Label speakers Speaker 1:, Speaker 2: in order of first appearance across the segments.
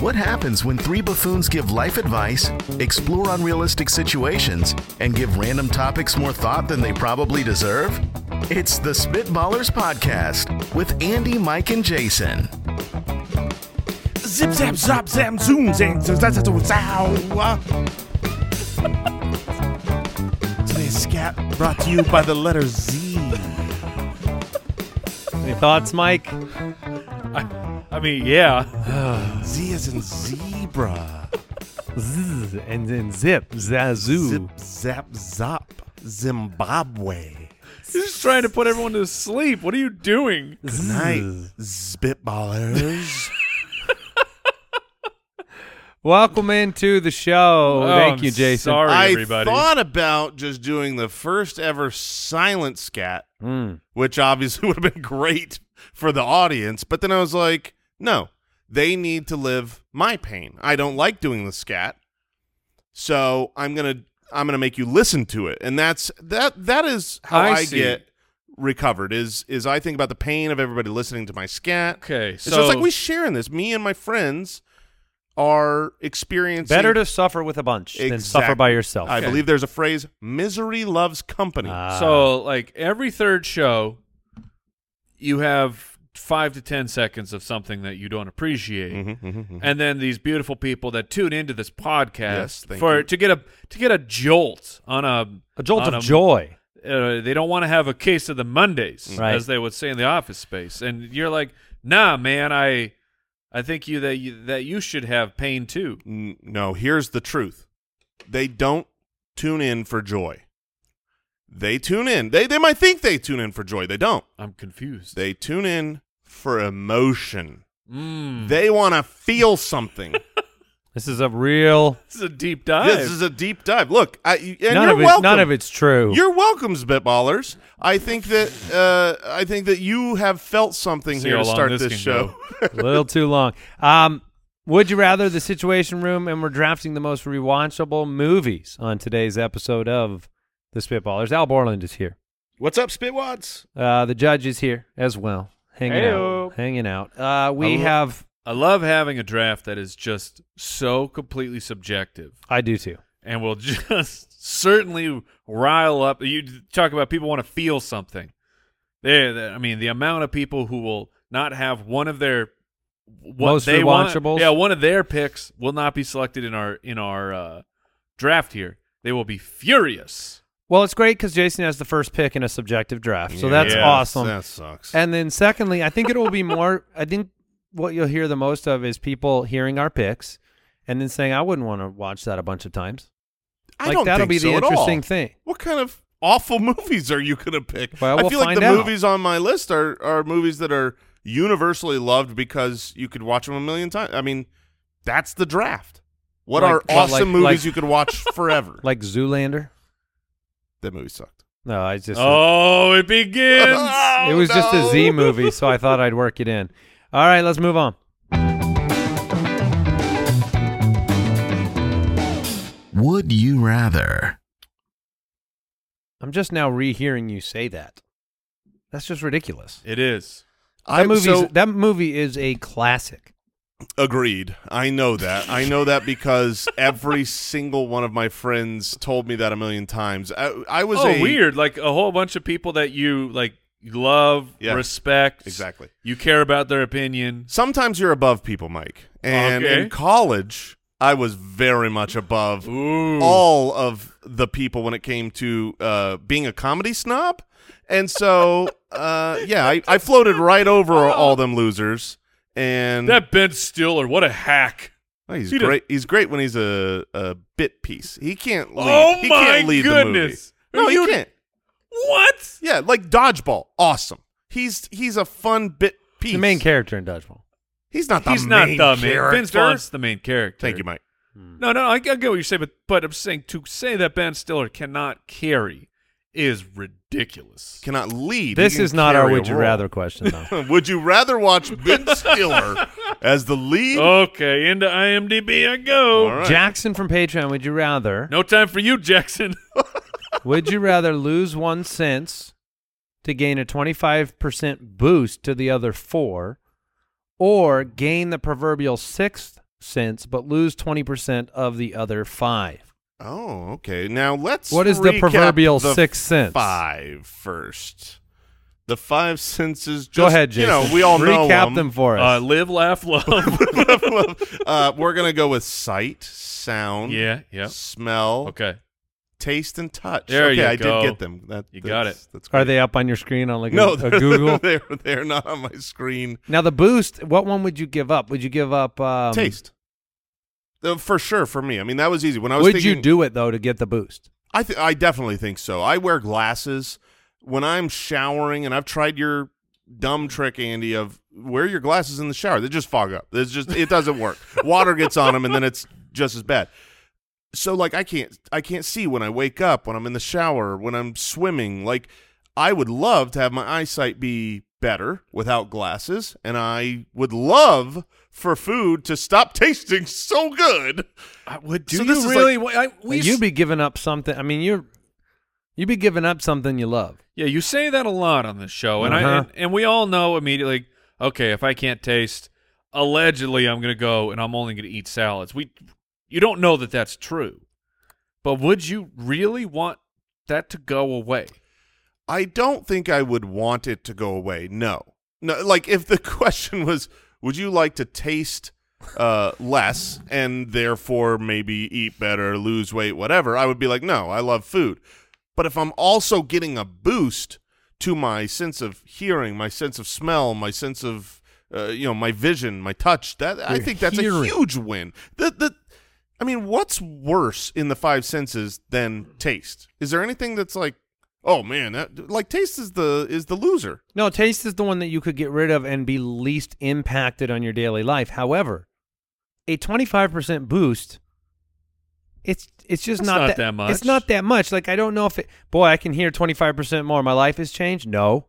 Speaker 1: What happens when three buffoons give life advice, explore unrealistic situations, and give random topics more thought than they probably deserve? It's the Spitballers Podcast with Andy, Mike, and Jason.
Speaker 2: Zip zap zap zam zoom zang zoom zap zap zoom zow. Today's scat brought to you by the letter Z.
Speaker 3: Any thoughts, Mike?
Speaker 4: I mean, yeah.
Speaker 2: Z is in zebra.
Speaker 3: Zzz, and then zip, zazoo.
Speaker 2: Zip zap zop Zimbabwe.
Speaker 4: You're just trying to put everyone to sleep. What are you doing?
Speaker 3: Zzz.
Speaker 2: Night spitballers.
Speaker 3: Welcome into the show.
Speaker 4: Oh,
Speaker 3: Thank
Speaker 4: I'm
Speaker 3: you, Jason.
Speaker 4: Sorry,
Speaker 2: I
Speaker 4: everybody.
Speaker 2: thought about just doing the first ever silent scat,
Speaker 4: Hmm.
Speaker 3: Mm.
Speaker 2: which obviously would have been great for the audience. But then I was like, no, they need to live my pain. I don't like doing the scat, so I'm gonna I'm gonna make you listen to it, and that's that that is how
Speaker 4: I
Speaker 2: I,
Speaker 4: see.
Speaker 2: get recovered. Is is I think about the pain of everybody listening to my scat.
Speaker 4: okay,
Speaker 2: So,
Speaker 4: so,
Speaker 2: so it's like we sharing this. Me and my friends are experiencing
Speaker 3: Better to suffer with a bunch than suffer
Speaker 2: Exact-
Speaker 3: by yourself.
Speaker 2: I
Speaker 4: Okay.
Speaker 2: believe there's a phrase: "Misery loves company."
Speaker 3: Ah.
Speaker 2: Uh,
Speaker 4: so like every third show, you have five to ten seconds of something that you don't appreciate,
Speaker 2: Mhm, mhm, mhm.
Speaker 4: and then these beautiful people that tune into this podcast
Speaker 2: Yes, thank
Speaker 4: for
Speaker 2: you.
Speaker 4: to get a to get a jolt on a
Speaker 3: a jolt
Speaker 4: on
Speaker 3: of joy.
Speaker 4: uh, they don't want to have a case of the Mondays,
Speaker 2: Mm.
Speaker 3: Right.
Speaker 4: as they would say in the office space. And you're like, nah, man, I, I think you that you, that you should have pain too.
Speaker 2: N- No, here's the truth: they don't tune in for joy. They tune in. They they might think they tune in for joy. They don't.
Speaker 4: I'm confused.
Speaker 2: They tune in for emotion.
Speaker 4: mm,
Speaker 2: They want to feel something.
Speaker 3: This is a real.
Speaker 4: this is a deep dive.
Speaker 2: this is a deep dive. Look, I, you- and
Speaker 3: none
Speaker 2: you're
Speaker 3: of it,
Speaker 2: welcome.
Speaker 3: none of it's true.
Speaker 2: You're welcome, spitballers. I think that uh, I think that you have felt something
Speaker 4: See
Speaker 2: here
Speaker 4: how
Speaker 2: to
Speaker 4: long
Speaker 2: start
Speaker 4: this
Speaker 2: this
Speaker 4: can
Speaker 2: show.
Speaker 3: a little too long. Um, would you rather the Situation Room? And we're drafting the most rewatchable movies on today's episode of the Spitballers. Al Borland is here.
Speaker 5: What's up, Spitwads?
Speaker 3: Uh, the judge is here as well, hanging
Speaker 4: Heyo.
Speaker 3: out. Hanging out. Uh, we
Speaker 4: Hello.
Speaker 3: have.
Speaker 4: I love having a draft that is just so completely subjective,
Speaker 3: I do too.
Speaker 4: and will just certainly rile up. You talk about people want to feel something. There, the- I mean, the amount of people who will not have one of their what
Speaker 3: Most
Speaker 4: they want-
Speaker 3: rewatchables?
Speaker 4: yeah, one of their picks will not be selected in our in our uh, draft here. They will be furious.
Speaker 3: Well, it's great because Jason has the first pick in a subjective draft, so that's
Speaker 4: Yes,
Speaker 3: awesome.
Speaker 2: That sucks.
Speaker 3: And then, secondly, I think it will be more. I think what you'll hear the most of is people hearing our picks and then saying, "I wouldn't want to watch that a bunch of times."
Speaker 2: I
Speaker 3: like
Speaker 2: don't
Speaker 3: that'll
Speaker 2: think
Speaker 3: be
Speaker 2: so
Speaker 3: the
Speaker 2: at all.
Speaker 3: interesting thing.
Speaker 2: What kind of awful movies are you going to pick?
Speaker 3: Well,
Speaker 2: I
Speaker 3: we'll
Speaker 2: feel like
Speaker 3: find
Speaker 2: the
Speaker 3: out.
Speaker 2: movies on my list are are movies that are universally loved because you could watch them a million times. I mean, that's the draft. What
Speaker 3: Like-
Speaker 2: are
Speaker 3: well,
Speaker 2: awesome
Speaker 3: like-
Speaker 2: movies
Speaker 3: like-
Speaker 2: you could watch forever?
Speaker 3: Like Zoolander.
Speaker 2: that movie sucked.
Speaker 3: No, I just
Speaker 4: Oh, it begins.
Speaker 3: it was just a
Speaker 2: Oh,
Speaker 3: Z movie, so I thought I'd work it in. All right, let's move on.
Speaker 1: Would you rather?
Speaker 3: I'm just now rehearing you say that. That's just ridiculous.
Speaker 4: it is.
Speaker 2: I
Speaker 3: That movie,
Speaker 2: so,
Speaker 3: that movie is a classic.
Speaker 2: agreed. I know that. I know that because every single one of my friends told me that a million times. I, I was
Speaker 4: oh,
Speaker 2: a,
Speaker 4: weird. Like a whole bunch of people that you like love,
Speaker 2: Yeah.
Speaker 4: respect.
Speaker 2: Exactly.
Speaker 4: You care about their opinion.
Speaker 2: Sometimes you're above people, Mike. And
Speaker 4: Okay.
Speaker 2: in college, I was very much above
Speaker 4: Ooh.
Speaker 2: all of the people when it came to uh, being a comedy snob. And so, uh, yeah, I, I floated right over all them losers. And
Speaker 4: Oh. that Ben Stiller, what a hack.
Speaker 2: oh, he's
Speaker 4: he does-
Speaker 2: great. He's great when he's a, a bit piece. He can't lead.
Speaker 4: Oh
Speaker 2: he
Speaker 4: my
Speaker 2: can't lead
Speaker 4: goodness.
Speaker 2: The movie. No,
Speaker 4: You-
Speaker 2: he can't.
Speaker 4: What?
Speaker 2: Yeah, like dodgeball. Awesome. He's he's a fun bit piece.
Speaker 3: The main character in Dodgeball.
Speaker 2: He's not the
Speaker 4: He's not
Speaker 2: main
Speaker 4: the
Speaker 2: character.
Speaker 4: main. Ben Stiller's the main character.
Speaker 2: Thank you, Mike.
Speaker 4: No, no, I, I get what you're saying, but but I'm saying to say that Ben Stiller cannot carry is ridiculous.
Speaker 2: Cannot lead.
Speaker 3: This
Speaker 2: He
Speaker 3: is
Speaker 2: can
Speaker 3: not our
Speaker 2: carry a
Speaker 3: would you
Speaker 2: role.
Speaker 3: rather question, though.
Speaker 2: Would you rather watch Ben Stiller as the lead?
Speaker 3: Oh.
Speaker 4: Okay, into IMDb I go.
Speaker 2: All right.
Speaker 3: Jackson from Patreon, would you rather?
Speaker 4: No time for you, Jackson.
Speaker 3: Would you rather lose one sense to gain a 25% boost to the other four or gain the proverbial sixth cents, but lose 20% of the other five.
Speaker 2: Oh, okay. Now let's.
Speaker 3: What is the
Speaker 2: recap
Speaker 3: proverbial
Speaker 2: the
Speaker 3: sixth sense?
Speaker 2: Five first. The five senses. Just,
Speaker 3: Go ahead, Jason.
Speaker 2: You know, we all know um,
Speaker 3: Recap
Speaker 2: 'em.
Speaker 3: them for
Speaker 4: Uh,
Speaker 3: us.
Speaker 4: live, laugh, love.
Speaker 2: uh, we're gonna go with sight, sound,
Speaker 4: yeah, yeah.
Speaker 2: smell,
Speaker 4: Okay.
Speaker 2: taste, and touch.
Speaker 4: There
Speaker 2: okay,
Speaker 4: you
Speaker 2: I
Speaker 4: go.
Speaker 2: did get them. That,
Speaker 4: You
Speaker 2: that's,
Speaker 4: got
Speaker 2: That's
Speaker 3: Are
Speaker 2: great.
Speaker 3: they up on your screen on like
Speaker 2: No,
Speaker 3: a, a Google?
Speaker 2: they're they're not on my screen.
Speaker 3: now the boost. What one would you give up? Would you give up um,
Speaker 2: taste, Uh, for sure. For me, I mean that was easy. When I was
Speaker 3: Would
Speaker 2: thinking,
Speaker 3: you do it though to get the boost?
Speaker 2: I th- I definitely think so. I wear glasses when I'm showering, and I've tried your dumb trick, Andy, of wear your glasses in the shower. They just fog up. It's just it doesn't work. Water gets on them, and then it's just as bad. So like I can't I can't see when I wake up, when I'm in the shower, when I'm swimming. Like I would love to have my eyesight be better without glasses, and I would love for food to stop tasting so good.
Speaker 4: I would
Speaker 2: do So you this is really-
Speaker 3: Like, you'd be giving up something. I mean, you're you'd be giving up something you love.
Speaker 4: yeah, you say that a lot on this show, and I
Speaker 3: Uh-huh.
Speaker 4: and, and we all know immediately. Okay, if I can't taste, allegedly I'm gonna go and I'm only gonna eat salads. We, you don't know that that's true, but would you really want that to go away?
Speaker 2: I don't think I would want it to go away. No, no. Like if the question was, would you like to taste uh, less and therefore maybe eat better, lose weight, whatever? I would be like, no, I love food. But if I'm also getting a boost to my sense of hearing, my sense of smell, my sense of uh, you know, my vision, my touch, that I
Speaker 3: Your
Speaker 2: think that's a
Speaker 3: hearing.
Speaker 2: huge win. The the I mean, what's worse in the five senses than taste? Is there anything that's like, oh man, that, like taste is the is the loser?
Speaker 3: No, taste is the one that you could get rid of and be least impacted on your daily life. However, a 25% boost it's it's just
Speaker 4: That's
Speaker 3: not,
Speaker 4: not that much.
Speaker 3: It's not that much. Like I don't know if it boy, I can hear 25% more. My life has changed? No.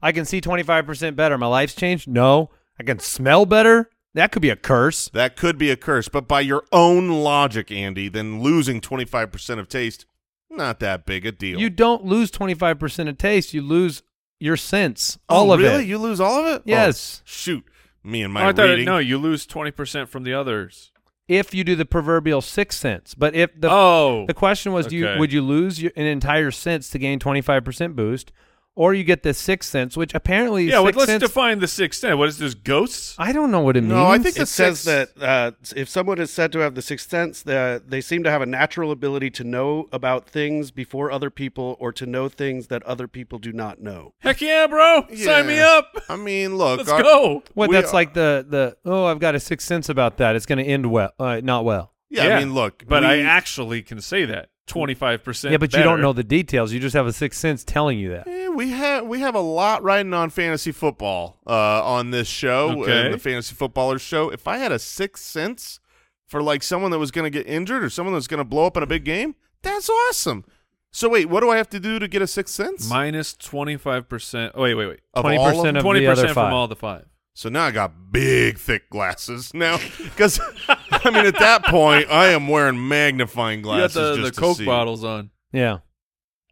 Speaker 3: I can see 25% better. My life's changed? No. I can smell better? That could be a curse.
Speaker 2: That could be a curse, but by your own logic, Andy, then losing twenty five percent of taste, not that big a deal.
Speaker 3: You don't lose 25% of taste, you lose your sense, all
Speaker 2: oh,
Speaker 3: of
Speaker 2: really?
Speaker 3: it.
Speaker 2: You lose all of it?
Speaker 3: Yes.
Speaker 2: Oh, shoot, me and
Speaker 4: Oh,
Speaker 2: my
Speaker 4: I thought,
Speaker 2: reading.
Speaker 4: no, you lose twenty percent from the others.
Speaker 3: if you do the proverbial sixth sense. But if the
Speaker 4: oh,
Speaker 3: The question was, do you
Speaker 4: Okay.
Speaker 3: would you lose your, an entire sense to gain twenty five percent boost, or you get the sixth sense, which apparently
Speaker 4: yeah. Well,
Speaker 3: sixth
Speaker 4: let's
Speaker 3: sense,
Speaker 4: define the sixth sense. What is this? Ghosts?
Speaker 3: Oh, I don't know what it means.
Speaker 2: No, I think
Speaker 5: It
Speaker 2: the
Speaker 5: says
Speaker 2: sixth-
Speaker 5: that uh, if someone is said to have the sixth sense, uh, they seem to have a natural ability to know about things before other people or to know things that other people do not know.
Speaker 4: Heck yeah, bro! Sign me
Speaker 2: Yeah.
Speaker 4: up.
Speaker 2: I mean, look,
Speaker 4: Let's
Speaker 2: our-
Speaker 4: go.
Speaker 3: what
Speaker 2: we
Speaker 3: that's
Speaker 2: are-
Speaker 3: like the the oh I've got a sixth sense about that. It's going to end well, uh, not well.
Speaker 2: Yeah, I mean, look,
Speaker 4: But I
Speaker 2: we-
Speaker 4: actually can say that twenty five percent.
Speaker 3: Yeah, but you don't know the details. You just have a sixth sense telling you that.
Speaker 2: Eh, we have we have a lot riding on fantasy football uh, on this show
Speaker 4: Okay.
Speaker 2: and the fantasy footballers show. If I had a sixth sense for like someone that was going to get injured or someone that's going to blow up in a big game, that's awesome. So wait, what do I have to do to get a sixth sense?
Speaker 4: minus twenty five percent. oh, Wait, wait, wait.
Speaker 2: Of all
Speaker 3: Twenty percent
Speaker 2: them?
Speaker 3: of
Speaker 4: Twenty
Speaker 3: the other
Speaker 4: percent
Speaker 3: five.
Speaker 4: from all the five.
Speaker 2: so now I got big thick glasses now because I mean at that point I am wearing magnifying
Speaker 4: You got
Speaker 2: glasses
Speaker 4: the, the
Speaker 2: just to
Speaker 4: Coke
Speaker 2: see.
Speaker 4: bottles on.
Speaker 3: yeah,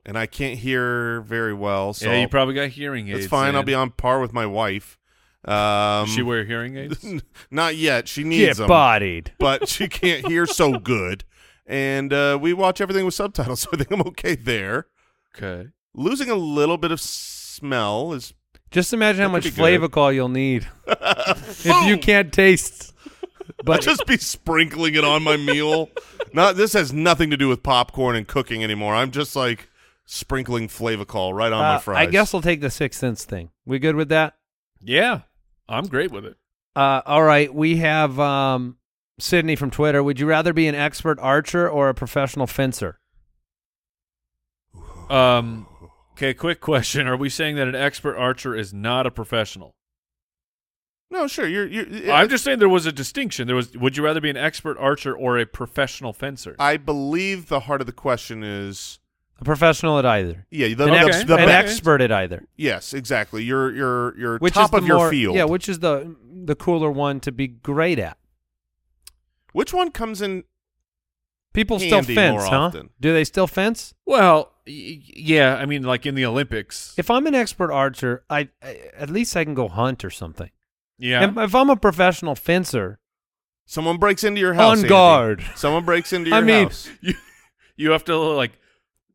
Speaker 2: and I can't hear very well. So
Speaker 4: yeah, you probably got hearing aids.
Speaker 2: it's fine. I'll be on par with my wife. Um,
Speaker 4: Does she wear hearing aids?
Speaker 2: Not yet. She
Speaker 3: get
Speaker 2: needs them,
Speaker 3: bodied.
Speaker 2: but she can't hear so good. And uh, we watch everything with subtitles, so I think I'm okay there.
Speaker 4: okay.
Speaker 2: Losing a little bit of smell is
Speaker 3: Just imagine how
Speaker 2: That
Speaker 3: much
Speaker 2: could be good.
Speaker 3: flavacol you'll need if you can't taste.
Speaker 2: I'll
Speaker 3: But
Speaker 2: just be sprinkling it on my meal. Not this has nothing to do with popcorn and cooking anymore. I'm just like sprinkling flavacol right on my
Speaker 3: uh, I
Speaker 2: fries.
Speaker 3: guess I'll take the sixth sense thing. We good with that?
Speaker 4: Yeah, I'm great with it.
Speaker 3: Uh, all right, we have um, Sydney from Twitter. Would you rather be an expert archer or a professional fencer?
Speaker 4: Um. Okay, quick question: Are we saying that an expert archer is not a professional?
Speaker 2: no, sure. You're. you're
Speaker 4: I'm just saying there was a distinction. There was. Would you rather be an expert archer or a professional fencer?
Speaker 2: I believe the heart of the question is
Speaker 3: A professional at either.
Speaker 2: yeah the,
Speaker 3: an
Speaker 2: the-
Speaker 3: ex-
Speaker 2: the
Speaker 3: an
Speaker 2: best.
Speaker 3: expert at either.
Speaker 2: Yes, exactly. You're you're you're
Speaker 3: Which
Speaker 2: top
Speaker 3: is the
Speaker 2: of your
Speaker 3: more-
Speaker 2: field.
Speaker 3: Yeah, which is the the cooler one to be great at?
Speaker 2: Which one comes in?
Speaker 3: People still
Speaker 2: Handy
Speaker 3: fence,
Speaker 2: more
Speaker 3: huh?
Speaker 2: often.
Speaker 3: Do they still fence?
Speaker 4: well, y- yeah. I mean, like in the Olympics.
Speaker 3: If I'm an expert archer, I, I at least I can go hunt or something.
Speaker 4: yeah.
Speaker 3: If, if I'm a professional fencer,
Speaker 2: Someone breaks into your house.
Speaker 3: On
Speaker 2: Andy.
Speaker 3: guard.
Speaker 2: Someone breaks into your
Speaker 3: I mean,
Speaker 2: house.
Speaker 4: You, you have to like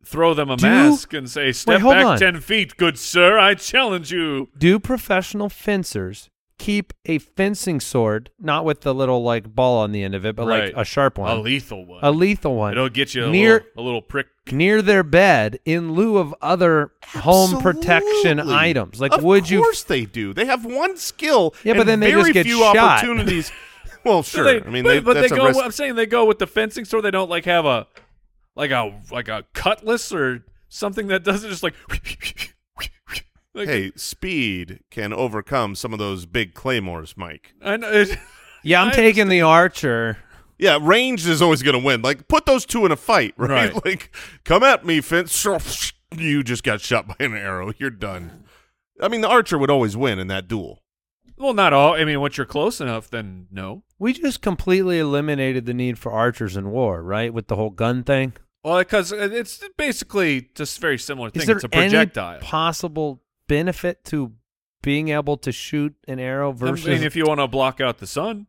Speaker 4: throw them a
Speaker 3: Do-
Speaker 4: mask and say, "Step
Speaker 3: hold
Speaker 4: back
Speaker 3: on.
Speaker 4: ten feet, good sir. I challenge you."
Speaker 3: Do professional fencers keep a fencing sword, not with the little like ball on the end of it, but
Speaker 4: Right.
Speaker 3: like a sharp one,
Speaker 4: A lethal one.
Speaker 3: a lethal one?
Speaker 4: It'll get you a
Speaker 3: near
Speaker 4: little, a little prick.
Speaker 3: near their bed in lieu of other home protection
Speaker 2: Absolutely.
Speaker 3: items. Like,
Speaker 2: Of
Speaker 3: would you?
Speaker 2: Of course they do. They have one skill.
Speaker 3: Yeah, but
Speaker 2: and
Speaker 3: then they
Speaker 2: very
Speaker 3: just get
Speaker 2: few
Speaker 3: shot.
Speaker 2: opportunities. well, sure.
Speaker 4: They-
Speaker 2: I mean,
Speaker 4: but,
Speaker 2: they,
Speaker 4: but
Speaker 2: that's
Speaker 4: they
Speaker 2: a
Speaker 4: go.
Speaker 2: risk.
Speaker 4: I'm saying they go with the fencing store. They don't like have a like a like a cutlass or something that doesn't just like. like
Speaker 2: Hey, speed can overcome some of those big claymores, Mike.
Speaker 4: I know. It,
Speaker 3: Yeah, I'm
Speaker 4: I
Speaker 3: taking the archer.
Speaker 2: Yeah, range is always going to win. Like, put those two in a fight, right?
Speaker 4: Right.
Speaker 2: Like, come at me, fence. You just got shot by an arrow. You're done. I mean, the archer would always win in that duel.
Speaker 4: well, not all. I mean, once you're close enough, then no.
Speaker 3: We just completely eliminated the need for archers in war, right? With the whole gun thing.
Speaker 4: Well, because it's basically just very similar thing.
Speaker 3: Is there
Speaker 4: it's a
Speaker 3: any
Speaker 4: projectile.
Speaker 3: possible benefit to being able to shoot an arrow
Speaker 4: I mean,
Speaker 3: versus?
Speaker 4: if you want to block out the sun.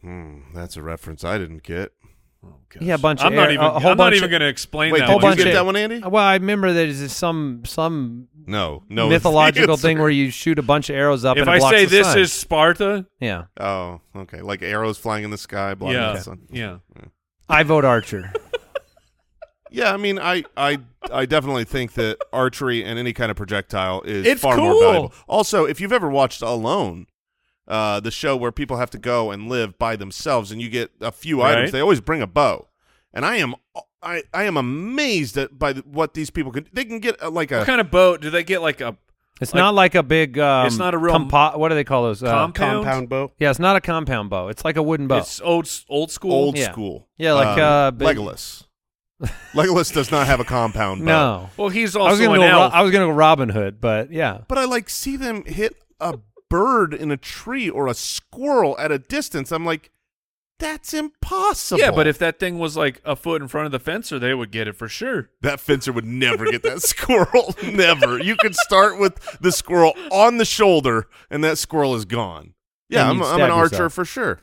Speaker 2: Hmm, that's a reference I didn't get.
Speaker 3: Yeah, a bunch of
Speaker 4: I'm not
Speaker 3: air-
Speaker 4: even.
Speaker 3: a whole
Speaker 4: I'm not
Speaker 3: bunch
Speaker 4: even
Speaker 3: of-
Speaker 4: going to explain
Speaker 2: Wait,
Speaker 4: that.
Speaker 2: did
Speaker 3: whole
Speaker 4: one.
Speaker 2: you
Speaker 3: bunch
Speaker 2: get
Speaker 3: of-
Speaker 2: that one, Andy?
Speaker 3: well, I remember there's some some
Speaker 2: No, no. is the
Speaker 3: mythological
Speaker 2: answer.
Speaker 3: thing where you shoot a bunch of arrows up.
Speaker 4: If
Speaker 3: and it
Speaker 4: I
Speaker 3: blocks
Speaker 4: say
Speaker 3: the
Speaker 4: this
Speaker 3: sun.
Speaker 4: is Sparta,
Speaker 3: yeah,
Speaker 2: Oh, okay. Like arrows flying in the sky, blocking
Speaker 4: yeah,
Speaker 2: the sun.
Speaker 4: yeah.
Speaker 3: I vote archer.
Speaker 2: Yeah, I mean, I, I, I definitely think that archery and any kind of projectile is
Speaker 4: It's
Speaker 2: far
Speaker 4: cool.
Speaker 2: more valuable. Also, if you've ever watched Alone, uh, the show where people have to go and live by themselves, and you get a few items,
Speaker 4: Right.
Speaker 2: they always bring a bow, and I am, I, I am amazed at by the, what these people can. They can get uh, like a
Speaker 4: What kind of boat do they get? Like
Speaker 3: Uh,
Speaker 4: a
Speaker 3: It's
Speaker 4: Like-
Speaker 3: not like a big. Um,
Speaker 4: It's not a real-
Speaker 3: compo- what do they call those? Uh,
Speaker 4: compound?
Speaker 5: Compound bow.
Speaker 3: yeah, it's not a compound bow. It's like a wooden bow.
Speaker 4: It's old old school.
Speaker 2: old
Speaker 3: Yeah.
Speaker 2: school.
Speaker 3: Yeah, like,
Speaker 2: Um,
Speaker 3: uh, big-
Speaker 2: Legolas. Legolas does not have a compound. bow.
Speaker 3: no,
Speaker 4: Well, he's
Speaker 3: I was
Speaker 4: also
Speaker 3: gonna
Speaker 4: an
Speaker 3: go. Ro-
Speaker 4: elf.
Speaker 3: I was gonna go Robin Hood, but yeah,
Speaker 2: but I like see them hit a bird in a tree or a squirrel at a distance. I'm like, that's impossible.
Speaker 4: yeah, but if that thing was like a foot in front of the fencer, they would get it for sure.
Speaker 2: that fencer would never get that squirrel, never. You could start with the squirrel on the shoulder, and that squirrel is gone. Yeah,
Speaker 3: And
Speaker 2: I'm,
Speaker 3: you'd
Speaker 2: I'm an
Speaker 3: stab
Speaker 2: archer
Speaker 3: yourself.
Speaker 2: for sure.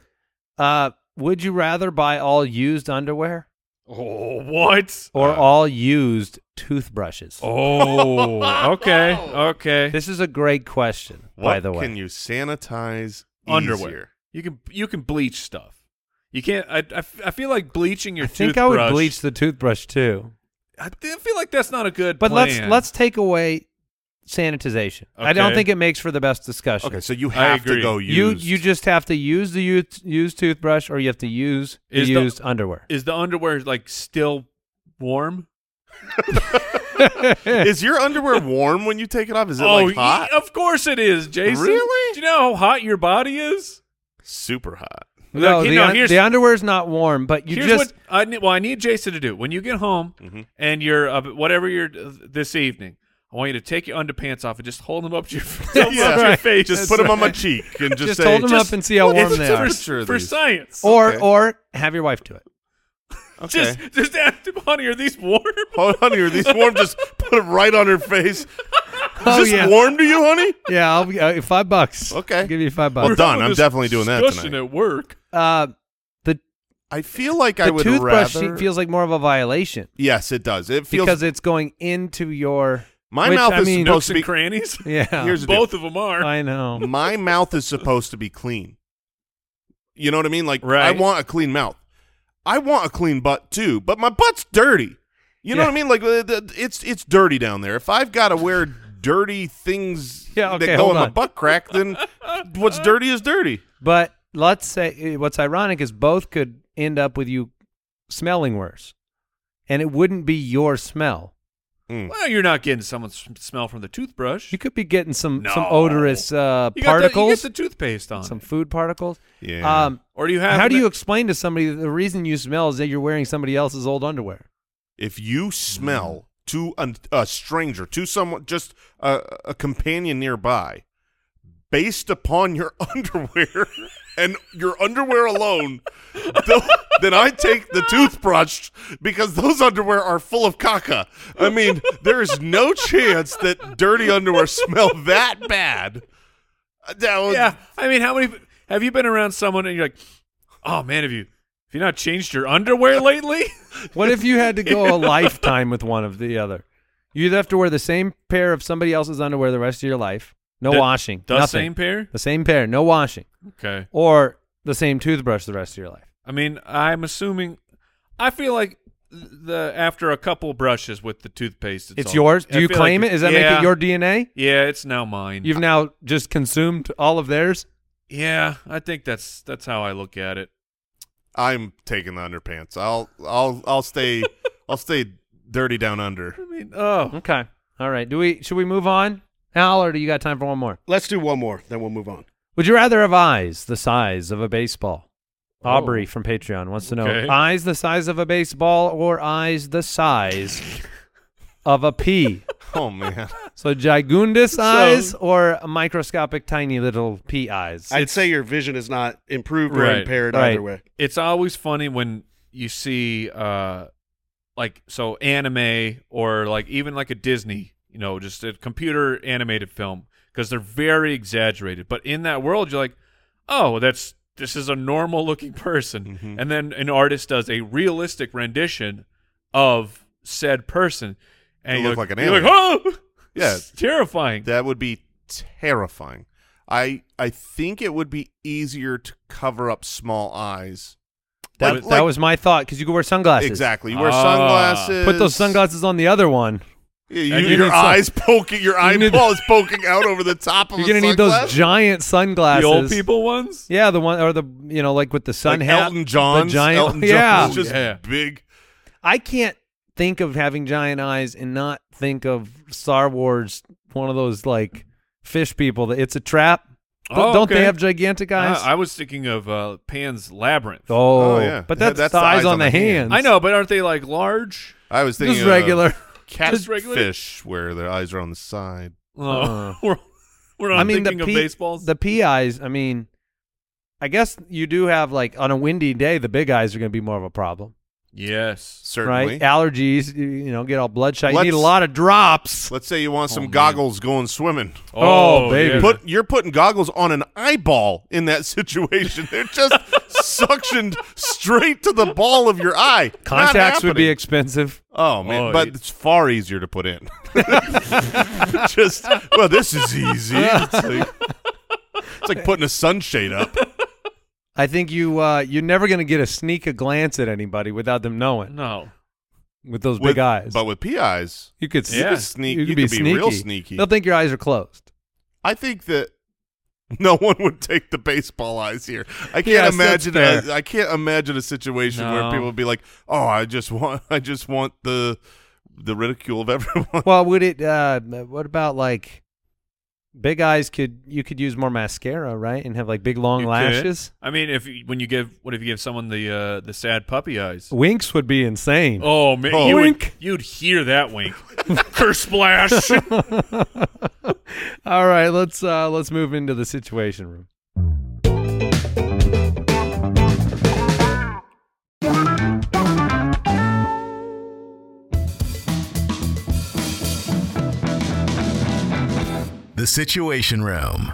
Speaker 3: Uh, would you rather buy all used underwear
Speaker 4: Oh, what?
Speaker 3: or
Speaker 2: Uh,
Speaker 3: all used toothbrushes?
Speaker 4: Oh, okay, okay.
Speaker 3: This is a great question, by
Speaker 2: What
Speaker 3: the way.
Speaker 2: can you sanitize
Speaker 4: Underwear.
Speaker 2: easier?
Speaker 4: You can you can bleach stuff. You can't. I, I, f- I feel like bleaching your
Speaker 3: I think I
Speaker 4: toothbrush.
Speaker 3: would bleach the toothbrush too.
Speaker 4: I th- feel like that's not a good.
Speaker 3: But
Speaker 4: plan.
Speaker 3: let's let's take away sanitization. I don't
Speaker 4: Okay.
Speaker 3: think it makes for the best discussion.
Speaker 2: Okay, so you
Speaker 4: I
Speaker 2: have to
Speaker 4: agree.
Speaker 2: go
Speaker 3: You
Speaker 2: used.
Speaker 3: you just have to use the used, used toothbrush or you have to use the
Speaker 4: Is the-
Speaker 3: used underwear.
Speaker 4: Is the underwear like still warm?
Speaker 2: is your underwear warm when you take it off? Is it
Speaker 3: Oh,
Speaker 2: like
Speaker 4: Oh, ye-
Speaker 2: hot?
Speaker 4: of course it is, Jason.
Speaker 2: Really?
Speaker 4: Do you know how hot your body is?
Speaker 2: Super hot.
Speaker 3: no,
Speaker 4: Look,
Speaker 3: the,
Speaker 4: you know,
Speaker 3: un-
Speaker 4: here's-
Speaker 3: the underwear's not warm, but you
Speaker 4: Here's
Speaker 3: just
Speaker 4: what I need. Well, I need Jason to do when you get home
Speaker 2: Mhm.
Speaker 4: and you're uh, whatever you're uh, this evening. I want you to take your underpants off and just hold them up to your,
Speaker 2: Yeah,
Speaker 4: up to your face.
Speaker 2: Just put them on my cheek and just,
Speaker 3: just
Speaker 2: say,
Speaker 3: hold them
Speaker 4: just-
Speaker 3: up and see how
Speaker 4: Well,
Speaker 3: warm
Speaker 4: it's
Speaker 3: they
Speaker 4: for-
Speaker 3: are.
Speaker 2: Sure
Speaker 4: for
Speaker 2: these-
Speaker 4: science.
Speaker 3: Or
Speaker 2: Okay.
Speaker 3: or have your wife do it.
Speaker 2: Okay.
Speaker 4: just just ask them, honey, are these warm?
Speaker 2: Oh, honey, are these warm? Just put it right on her face. Is
Speaker 3: Oh,
Speaker 2: this
Speaker 3: yeah.
Speaker 2: warm to you, honey?
Speaker 3: Yeah, I'll be, uh, five bucks.
Speaker 2: Okay.
Speaker 3: I'll give you five
Speaker 2: Well,
Speaker 3: bucks.
Speaker 2: done.
Speaker 4: Having
Speaker 2: I'm
Speaker 4: this
Speaker 2: definitely doing that
Speaker 4: discussion
Speaker 2: tonight.
Speaker 4: at work.
Speaker 3: Uh, the
Speaker 2: I feel like I
Speaker 3: the
Speaker 2: would
Speaker 3: toothbrush
Speaker 2: rather.
Speaker 3: sheet feels like more of a violation
Speaker 2: yes, it does. It feels.
Speaker 3: because it's going into your.
Speaker 2: my
Speaker 3: which,
Speaker 2: mouth
Speaker 3: I
Speaker 2: is
Speaker 3: mean-
Speaker 2: supposed
Speaker 4: Nooks
Speaker 2: to be.
Speaker 4: and crannies.
Speaker 3: Yeah,
Speaker 2: Here's Mm. the deal.
Speaker 4: Both of them are.
Speaker 3: I know.
Speaker 2: my mouth is supposed to be clean. You know what I mean? Like I
Speaker 4: Right.
Speaker 2: want a clean mouth. I want a clean butt too, but my butt's dirty. You know
Speaker 3: Yeah.
Speaker 2: what I mean? Like uh, the- it's it's dirty down there. If I've got to wear dirty things
Speaker 3: Yeah, okay,
Speaker 2: that go
Speaker 3: hold
Speaker 2: in my
Speaker 3: on.
Speaker 2: butt crack, then what's dirty is dirty.
Speaker 3: But let's say eh, what's ironic is both could end up with you smelling worse, and it wouldn't be your smell.
Speaker 4: Well, you're not getting someone's smell from the toothbrush.
Speaker 3: You could be getting some some
Speaker 4: No.
Speaker 3: odorous uh,
Speaker 4: You got the- you
Speaker 3: particles,
Speaker 4: get the toothpaste on.
Speaker 3: some food particles.
Speaker 2: Yeah.
Speaker 3: Um,
Speaker 4: Or do you have?
Speaker 3: how do
Speaker 4: the-
Speaker 3: you explain to somebody that the reason you smell is that you're wearing somebody else's old underwear?
Speaker 2: if you smell to an, a stranger, to someone, just a, a companion nearby, based upon your underwear and your underwear alone, th- then I take the toothbrush because those underwear are full of caca. I mean, there is no chance that dirty underwear smell that bad. That was,
Speaker 4: Yeah, I mean, how many? have you been around someone and you're like, oh man, have you have you not changed your underwear lately?
Speaker 3: What if you had to go a lifetime with one of the other? You'd have to wear the same pair of somebody else's underwear the rest of your life. No
Speaker 4: The-
Speaker 3: washing.
Speaker 4: the
Speaker 3: nothing.
Speaker 4: same pair?
Speaker 3: The same pair. No washing.
Speaker 4: Okay.
Speaker 3: Or the same toothbrush the rest of your life.
Speaker 4: I mean, I'm assuming. I feel like the after a couple brushes with the toothpaste, it's,
Speaker 3: It's,
Speaker 4: all-
Speaker 3: yours.
Speaker 4: I
Speaker 3: Do you
Speaker 4: feel
Speaker 3: claim
Speaker 4: like
Speaker 3: it? Does that make
Speaker 4: yeah.
Speaker 3: it your DNA?
Speaker 4: Yeah, it's now mine.
Speaker 3: You've now just consumed all of theirs.
Speaker 4: yeah, I think that's that's how I look at it.
Speaker 2: I'm taking the underpants. I'll I'll I'll stay I'll stay dirty down under.
Speaker 4: I mean, oh,
Speaker 3: Okay. All right. Do we should we move on, Al, or do you got time for one more?
Speaker 5: Let's do one more, then we'll move on.
Speaker 3: Would you rather have eyes the size of a baseball? Aubrey
Speaker 2: Oh.
Speaker 3: from Patreon wants to know
Speaker 4: Okay.
Speaker 3: eyes the size of a baseball or eyes the size of a pea.
Speaker 2: Oh man.
Speaker 3: So gigundous
Speaker 4: So-
Speaker 3: eyes or microscopic tiny little pea eyes.
Speaker 5: I'd say your vision is not improved or
Speaker 4: Right.
Speaker 5: impaired
Speaker 3: Right.
Speaker 5: either way.
Speaker 4: it's always funny when you see uh like so anime or like even like a Disney, you know, just a computer animated film because they're very exaggerated. But in that world, you're like, oh, that's this is a normal looking person,
Speaker 2: Mhm.
Speaker 4: and then an artist does a realistic rendition of said person, and
Speaker 2: They
Speaker 4: you
Speaker 2: look like an
Speaker 4: you're
Speaker 2: alien.
Speaker 4: like, oh,
Speaker 2: Yeah.
Speaker 4: It's terrifying.
Speaker 2: That would be terrifying. I I think it would be easier to cover up small eyes.
Speaker 3: that,
Speaker 2: Like-
Speaker 3: that
Speaker 2: like-
Speaker 3: was my thought because you could wear sunglasses.
Speaker 2: exactly. You wear
Speaker 4: Ah.
Speaker 2: sunglasses.
Speaker 3: Put those sunglasses on the other one.
Speaker 2: Yeah, you-
Speaker 4: And you
Speaker 2: your
Speaker 4: need sun-
Speaker 2: eyes poking. Your
Speaker 3: need-
Speaker 2: eyeball is poking out over the top of.
Speaker 3: You're
Speaker 2: a
Speaker 3: gonna need those
Speaker 2: sunglass.
Speaker 3: giant
Speaker 4: the
Speaker 3: sunglasses.
Speaker 4: old people ones.
Speaker 3: Yeah, the one or the you know like with the sun
Speaker 2: like
Speaker 3: hat.
Speaker 2: Elton John's.
Speaker 3: giant-
Speaker 2: Elton John's
Speaker 3: yeah.
Speaker 2: just
Speaker 4: Yeah.
Speaker 2: big.
Speaker 3: I can't think of having giant eyes and not think of Star Wars, one of those like fish people that it's a trap. Don't,
Speaker 4: Oh,
Speaker 3: don't they
Speaker 4: okay.
Speaker 3: have gigantic eyes?
Speaker 4: I, I was thinking of uh, Pan's Labyrinth.
Speaker 3: oh,
Speaker 2: Oh, yeah.
Speaker 3: but
Speaker 2: Yeah,
Speaker 3: that's, the eyes on the hands.
Speaker 4: I know, but aren't they like large?
Speaker 2: I was thinking
Speaker 3: Just
Speaker 2: of
Speaker 3: regular.
Speaker 4: Just regular-
Speaker 2: catfish, where their eyes are on the side.
Speaker 4: Oh,
Speaker 3: Uh.
Speaker 4: we're, we're not
Speaker 3: I mean, the
Speaker 4: thinking
Speaker 3: P,
Speaker 4: of baseballs.
Speaker 3: the P eyes. I mean, I guess you do have like on a windy day, the big eyes are going to be more of a problem,
Speaker 4: yes.
Speaker 2: Certainly.
Speaker 3: right? Allergies, you, you know, get all bloodshot. you need a
Speaker 2: Let's-
Speaker 3: lot of drops.
Speaker 2: Let's say you want some
Speaker 4: man.
Speaker 2: goggles going swimming.
Speaker 3: Oh, baby. Yeah.
Speaker 2: Put you're putting goggles on an eyeball in that situation. They're just suctioned straight to the ball of your eye. Not
Speaker 3: Contacts would be
Speaker 2: happening.
Speaker 3: expensive.
Speaker 2: oh man,
Speaker 4: Oh,
Speaker 2: but
Speaker 4: it-
Speaker 2: it's far easier to put in. just well, this is easy. It's like, it's like putting a sunshade up.
Speaker 3: I think you uh, you're never going to get a sneak a glance at anybody without them knowing.
Speaker 4: no.
Speaker 3: with those
Speaker 2: with,
Speaker 3: big eyes.
Speaker 2: but with PIs,
Speaker 3: you could,
Speaker 4: you could
Speaker 3: yeah.
Speaker 2: sneak- you could be real sneaky.
Speaker 3: They'll think your eyes are closed.
Speaker 2: I think that no one would take the baseball eyes here. I can't
Speaker 3: Yes, that's
Speaker 2: imagine. A, I can't imagine a situation where
Speaker 4: No.
Speaker 2: people would be like, "Oh, I just want, I just want the the ridicule of everyone."
Speaker 3: Well, would it? Uh, what about like big eyes? Could you could use more mascara, right, and have like big long
Speaker 4: You could.
Speaker 3: lashes?
Speaker 4: I mean, if you- when you give what if you give someone the uh, the sad puppy eyes?
Speaker 3: Winks would be insane.
Speaker 4: Oh man,
Speaker 2: Oh.
Speaker 4: you
Speaker 3: Wink.
Speaker 4: Would, you'd hear that wink. Curse splash.
Speaker 2: Oh.
Speaker 3: All right, let's uh, let's move into the situation room.
Speaker 1: The Situation Room.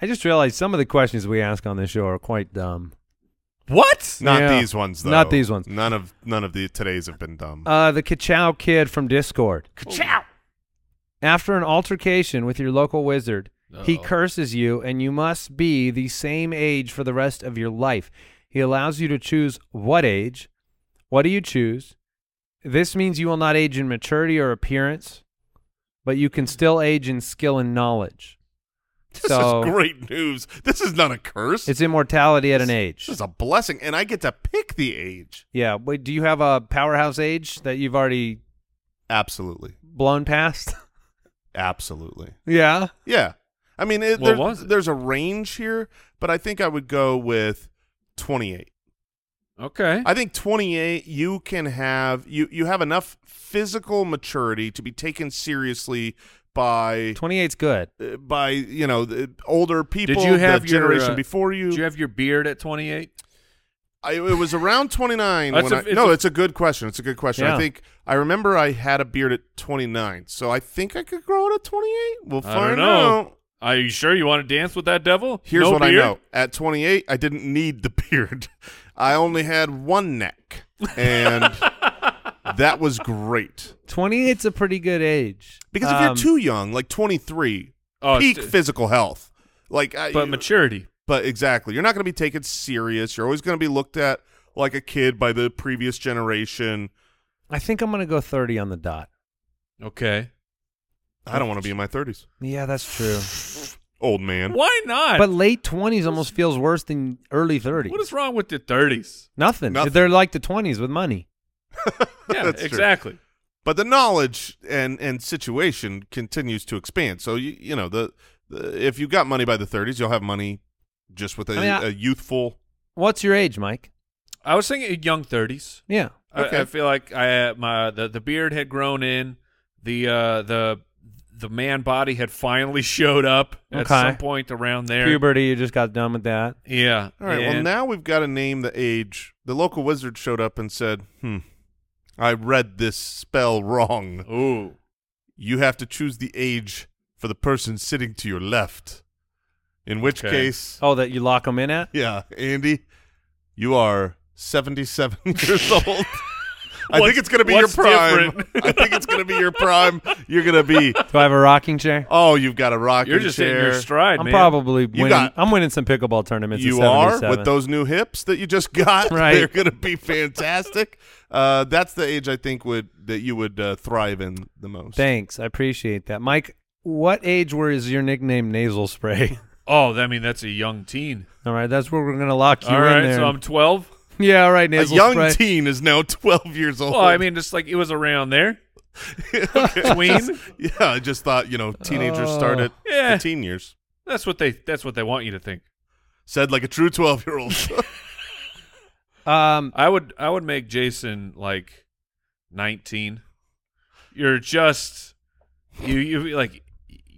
Speaker 3: I just realized some of the questions we ask on this show are quite dumb.
Speaker 4: what?
Speaker 2: Not
Speaker 3: Yeah.
Speaker 2: these ones, though.
Speaker 3: Not these ones.
Speaker 2: None of none of the today's have been dumb.
Speaker 3: Uh, the Kachow kid from Discord. After an altercation with your local wizard, he
Speaker 4: Uh-oh.
Speaker 3: curses you, and you must be the same age for the rest of your life. He allows you to choose what age. What do you choose? This means you will not age in maturity or appearance, but you can still age in skill and knowledge.
Speaker 2: this
Speaker 3: so
Speaker 2: is great news. This is not a curse.
Speaker 3: it's immortality at an age.
Speaker 2: this is a blessing, and I get to pick the age.
Speaker 3: Yeah. Wait, do you have a powerhouse age that you've already
Speaker 2: Absolutely,
Speaker 3: blown past?
Speaker 2: absolutely.
Speaker 3: yeah.
Speaker 2: Yeah. I mean, it,
Speaker 4: What
Speaker 2: there-
Speaker 4: was it?
Speaker 2: there's a range here, but I think I would go with 28.
Speaker 4: Okay.
Speaker 2: I think 28 you can have you you have enough physical maturity to be taken seriously by
Speaker 3: 28's good.
Speaker 2: uh, by you know the older people
Speaker 4: you have
Speaker 2: the
Speaker 4: your,
Speaker 2: generation
Speaker 4: uh,
Speaker 2: before you,
Speaker 4: Did you have your beard at 28?
Speaker 2: I, it was around 29
Speaker 4: That's
Speaker 2: when
Speaker 4: a-
Speaker 2: I-
Speaker 4: it's
Speaker 2: no
Speaker 4: a-
Speaker 2: it's a good question it's a good question
Speaker 3: Yeah.
Speaker 2: i think i remember i had a beard at 29 so i think i could grow it at 28 we'll
Speaker 4: I
Speaker 2: find
Speaker 4: don't know.
Speaker 2: out
Speaker 4: Are you sure you want to dance with that devil?
Speaker 2: Here's
Speaker 4: No
Speaker 2: what
Speaker 4: beard?
Speaker 2: I know. At 28, I didn't need the beard. I only had one neck, and that was great.
Speaker 3: 28's a pretty good age.
Speaker 2: Because if
Speaker 3: Um,
Speaker 2: you're too young, like 23,
Speaker 4: Oh,
Speaker 2: peak
Speaker 4: it's-
Speaker 2: physical health, like I,
Speaker 4: but maturity.
Speaker 2: but exactly, you're not going to be taken serious. You're always going to be looked at like a kid by the previous generation.
Speaker 3: I think I'm gonna go 30 on the dot.
Speaker 4: Okay.
Speaker 2: I don't want to be in my 30s,
Speaker 3: Yeah, that's true.
Speaker 2: old man.
Speaker 4: Why not?
Speaker 3: But late 20s almost feels worse than early 30s.
Speaker 4: what is wrong with the 30s?
Speaker 3: Nothing.
Speaker 2: Nothing.
Speaker 3: They're like the 20s with money.
Speaker 4: Yeah,
Speaker 2: That's true.
Speaker 4: exactly.
Speaker 2: But the knowledge and and situation continues to expand. So you you know the, the if you got money by the 30s, you'll have money just with a,
Speaker 3: I mean, I-
Speaker 2: a youthful.
Speaker 3: What's your age, Mike?
Speaker 4: I was thinking young 30s.
Speaker 3: Yeah.
Speaker 4: I-
Speaker 2: Okay.
Speaker 4: I, feel like I uh, my the, the beard had grown in, the uh, the the man body had finally showed up at
Speaker 3: Okay.
Speaker 4: some point around there.
Speaker 3: Puberty, you just got done with that.
Speaker 4: Yeah.
Speaker 2: All right. well,
Speaker 4: and-
Speaker 2: now we've got to name the age. The local wizard showed up and said, "Hmm, I read this spell wrong.
Speaker 4: Ooh.
Speaker 2: You have to choose the age for the person sitting to your left." In which
Speaker 4: Okay.
Speaker 2: case,
Speaker 3: Oh, that you lock them in at?
Speaker 2: yeah, Andy, you are 77 years old. I
Speaker 4: What's-
Speaker 2: think it's going to be your
Speaker 4: what's
Speaker 2: prime.
Speaker 4: different?
Speaker 2: I think it's going to be your prime. You're going to be,
Speaker 3: Do I have a rocking chair?
Speaker 2: oh, you've got a rocking
Speaker 4: You're just hitting your
Speaker 2: chair.
Speaker 4: stride,
Speaker 3: I'm
Speaker 4: man.
Speaker 3: probably winning.
Speaker 2: got-
Speaker 3: I'm winning some pickleball tournaments. at
Speaker 2: you are
Speaker 3: 77.
Speaker 2: with those new hips that you just got.
Speaker 3: Right.
Speaker 2: They're going to be fantastic. uh, that's the age I think would that you would uh, thrive in the most.
Speaker 3: Thanks, I appreciate that, Mike. What age were is your nickname nasal spray?
Speaker 4: Oh, I mean that's a young teen.
Speaker 3: All right, that's where we're gonna lock you
Speaker 4: All
Speaker 3: in
Speaker 4: right,
Speaker 3: there.
Speaker 4: so I'm 12.
Speaker 3: yeah, all right,
Speaker 2: A
Speaker 3: nasal
Speaker 2: young
Speaker 3: spray.
Speaker 2: teen is now 12 years old.
Speaker 4: Well, I mean, just like it was around there. Tween.
Speaker 2: yeah, I just thought you know teenagers
Speaker 3: Oh.
Speaker 2: start at
Speaker 4: Yeah.
Speaker 2: the teen years.
Speaker 4: That's what they. That's what they want you to think.
Speaker 2: Said like a true 12 year old.
Speaker 3: um,
Speaker 4: I would. I would make Jason like 19. You're just. You you like.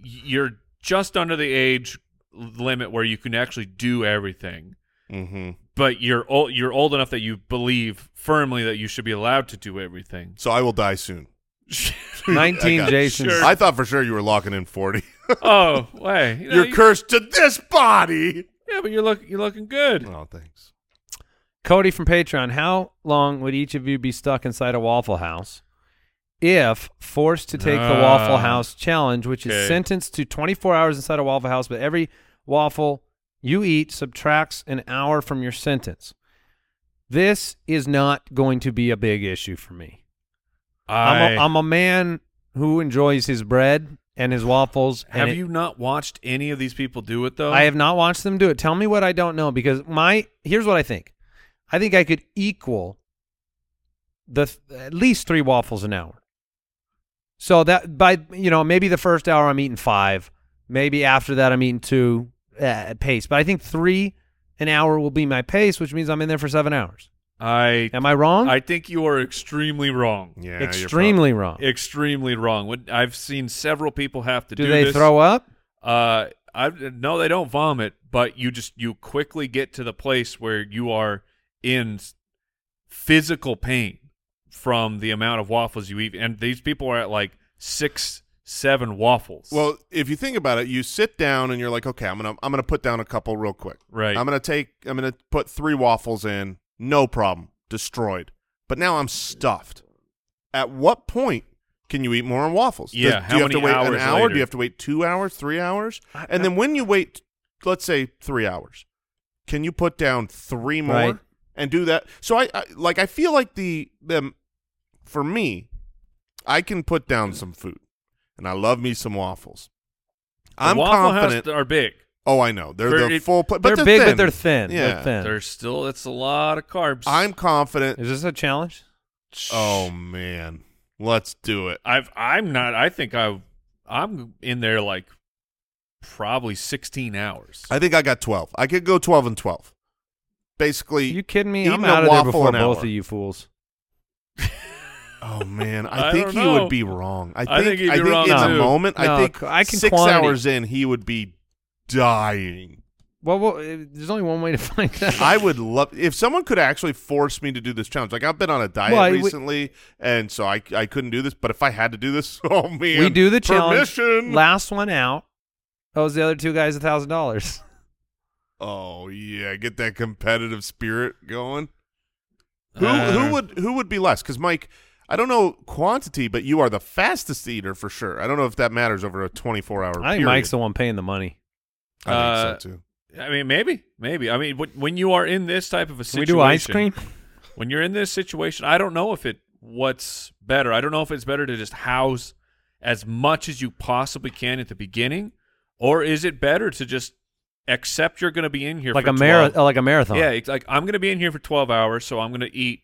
Speaker 4: You're just under the age limit where you can actually do everything,
Speaker 2: hmm
Speaker 4: but you're old. You're old enough that you believe firmly that you should be allowed to do everything.
Speaker 2: So I will die soon. I
Speaker 3: nineteen,
Speaker 2: got it.
Speaker 3: Jason.
Speaker 4: Sure.
Speaker 2: I thought for sure you were locking in 40.
Speaker 4: oh, way. You know,
Speaker 2: You're
Speaker 4: you-
Speaker 2: cursed to this body.
Speaker 4: yeah, but you're look. You're looking good.
Speaker 2: Oh, thanks.
Speaker 3: Cody from Patreon. How long would each of you be stuck inside a Waffle House if forced to take the
Speaker 4: Ah.
Speaker 3: Waffle House challenge, which
Speaker 4: Okay.
Speaker 3: is sentenced to 24 hours inside a Waffle House, but every waffle you eat subtracts an hour from your sentence? This is not going to be a big issue for me. I'm a, I'm a man who enjoys his bread and his waffles. and
Speaker 4: Have
Speaker 3: it-
Speaker 4: you not watched any of these people do it though?
Speaker 3: I have not watched them do it. Tell me what I don't know because my here's what I think. I think I could equal the th- at least three waffles an hour. So that by you know maybe the first hour I'm eating five, maybe after that I'm eating two uh, at pace. But I think three an hour will be my pace, which means I'm in there for seven hours.
Speaker 4: I
Speaker 3: Am I wrong?
Speaker 4: I think you are extremely wrong.
Speaker 2: Yeah, you're
Speaker 3: Extremely wrong.
Speaker 4: Extremely wrong. When I've seen several people have to do,
Speaker 3: do they
Speaker 4: this.
Speaker 3: throw up?
Speaker 4: Uh, I no, they don't vomit, but you just you quickly get to the place where you are in s- physical pain from the amount of waffles you eat, and these people are at like six, seven waffles.
Speaker 2: Well, if you think about it, you sit down and you're like, okay, I'm gonna I'm gonna put down a couple real quick.
Speaker 4: Right.
Speaker 2: I'm gonna take I'm gonna put three waffles in, no problem, destroyed. But now I'm stuffed. At what point can you eat more waffles? Does-
Speaker 4: Yeah,
Speaker 2: do
Speaker 4: how
Speaker 2: you have to
Speaker 4: many
Speaker 2: wait an
Speaker 4: hours
Speaker 2: hour? Do
Speaker 4: later?
Speaker 2: you have to wait two hours, three hours? And then when you wait, let's say three hours, can you put down three more
Speaker 3: Right.
Speaker 2: and do that? So I, I like I feel like the the for me, I can put down some food, and I love me some waffles.
Speaker 4: The
Speaker 2: I'm
Speaker 4: Waffle House
Speaker 2: confident.
Speaker 4: are big.
Speaker 2: oh, I know they're
Speaker 4: They're-
Speaker 2: the full plate, but
Speaker 3: they're, big,
Speaker 2: thin.
Speaker 3: but they're thin.
Speaker 2: Yeah.
Speaker 3: They're thin.
Speaker 4: They're still. That's a lot of carbs.
Speaker 2: I'm confident.
Speaker 3: is this a challenge?
Speaker 2: Oh man, let's do it.
Speaker 4: I've I'm not I think I I'm in there like probably 16 hours.
Speaker 2: I think I got twelve. I could go twelve and twelve. Basically,
Speaker 3: Are you kidding me?
Speaker 2: eating
Speaker 3: I'm
Speaker 2: a
Speaker 3: out of there
Speaker 2: waffle
Speaker 3: before
Speaker 2: an
Speaker 3: both
Speaker 2: hour.
Speaker 3: of you fools.
Speaker 2: Oh man, I,
Speaker 4: I
Speaker 2: think
Speaker 4: don't
Speaker 2: he
Speaker 4: know.
Speaker 2: would be wrong. I think
Speaker 4: I
Speaker 2: I
Speaker 4: think
Speaker 2: think,
Speaker 4: he'd be wrong,
Speaker 2: in
Speaker 4: too.
Speaker 2: the moment,
Speaker 3: No,
Speaker 2: I think
Speaker 3: c- I can
Speaker 2: six
Speaker 3: quantity.
Speaker 2: hours in he would be dying.
Speaker 3: Well, well, uh, there's only one way to find out.
Speaker 2: I would love if someone could actually force me to do this challenge. Like I've been on a diet
Speaker 3: Well, I- we-
Speaker 2: recently, and so I I couldn't do this. But if I had to do this, oh man,
Speaker 3: we do the challenge.
Speaker 2: Permission.
Speaker 3: Last one out. owes the other two guys a thousand dollars.
Speaker 2: Oh yeah, get that competitive spirit going. Who
Speaker 4: Uh,
Speaker 2: who would who would be less? Because Mike, I don't know quantity, but you are the fastest eater for sure. I don't know if that matters over a twenty four hour.
Speaker 3: I think
Speaker 2: period.
Speaker 3: Mike's the one paying the money.
Speaker 2: I think
Speaker 4: Uh,
Speaker 2: so too.
Speaker 4: I mean, maybe, maybe. I mean, wh- when you are in this type of a
Speaker 3: Can
Speaker 4: situation,
Speaker 3: we do ice cream?
Speaker 4: When you're in this situation, I don't know if it what's better. I don't know if it's better to just house as much as you possibly can at the beginning, or is it better to just accept you're going to be in here
Speaker 3: Like
Speaker 4: for
Speaker 3: a mara-
Speaker 4: 12
Speaker 3: uh, like a marathon.
Speaker 4: Yeah, it's like I'm going to be in here for 12 hours, so I'm going to eat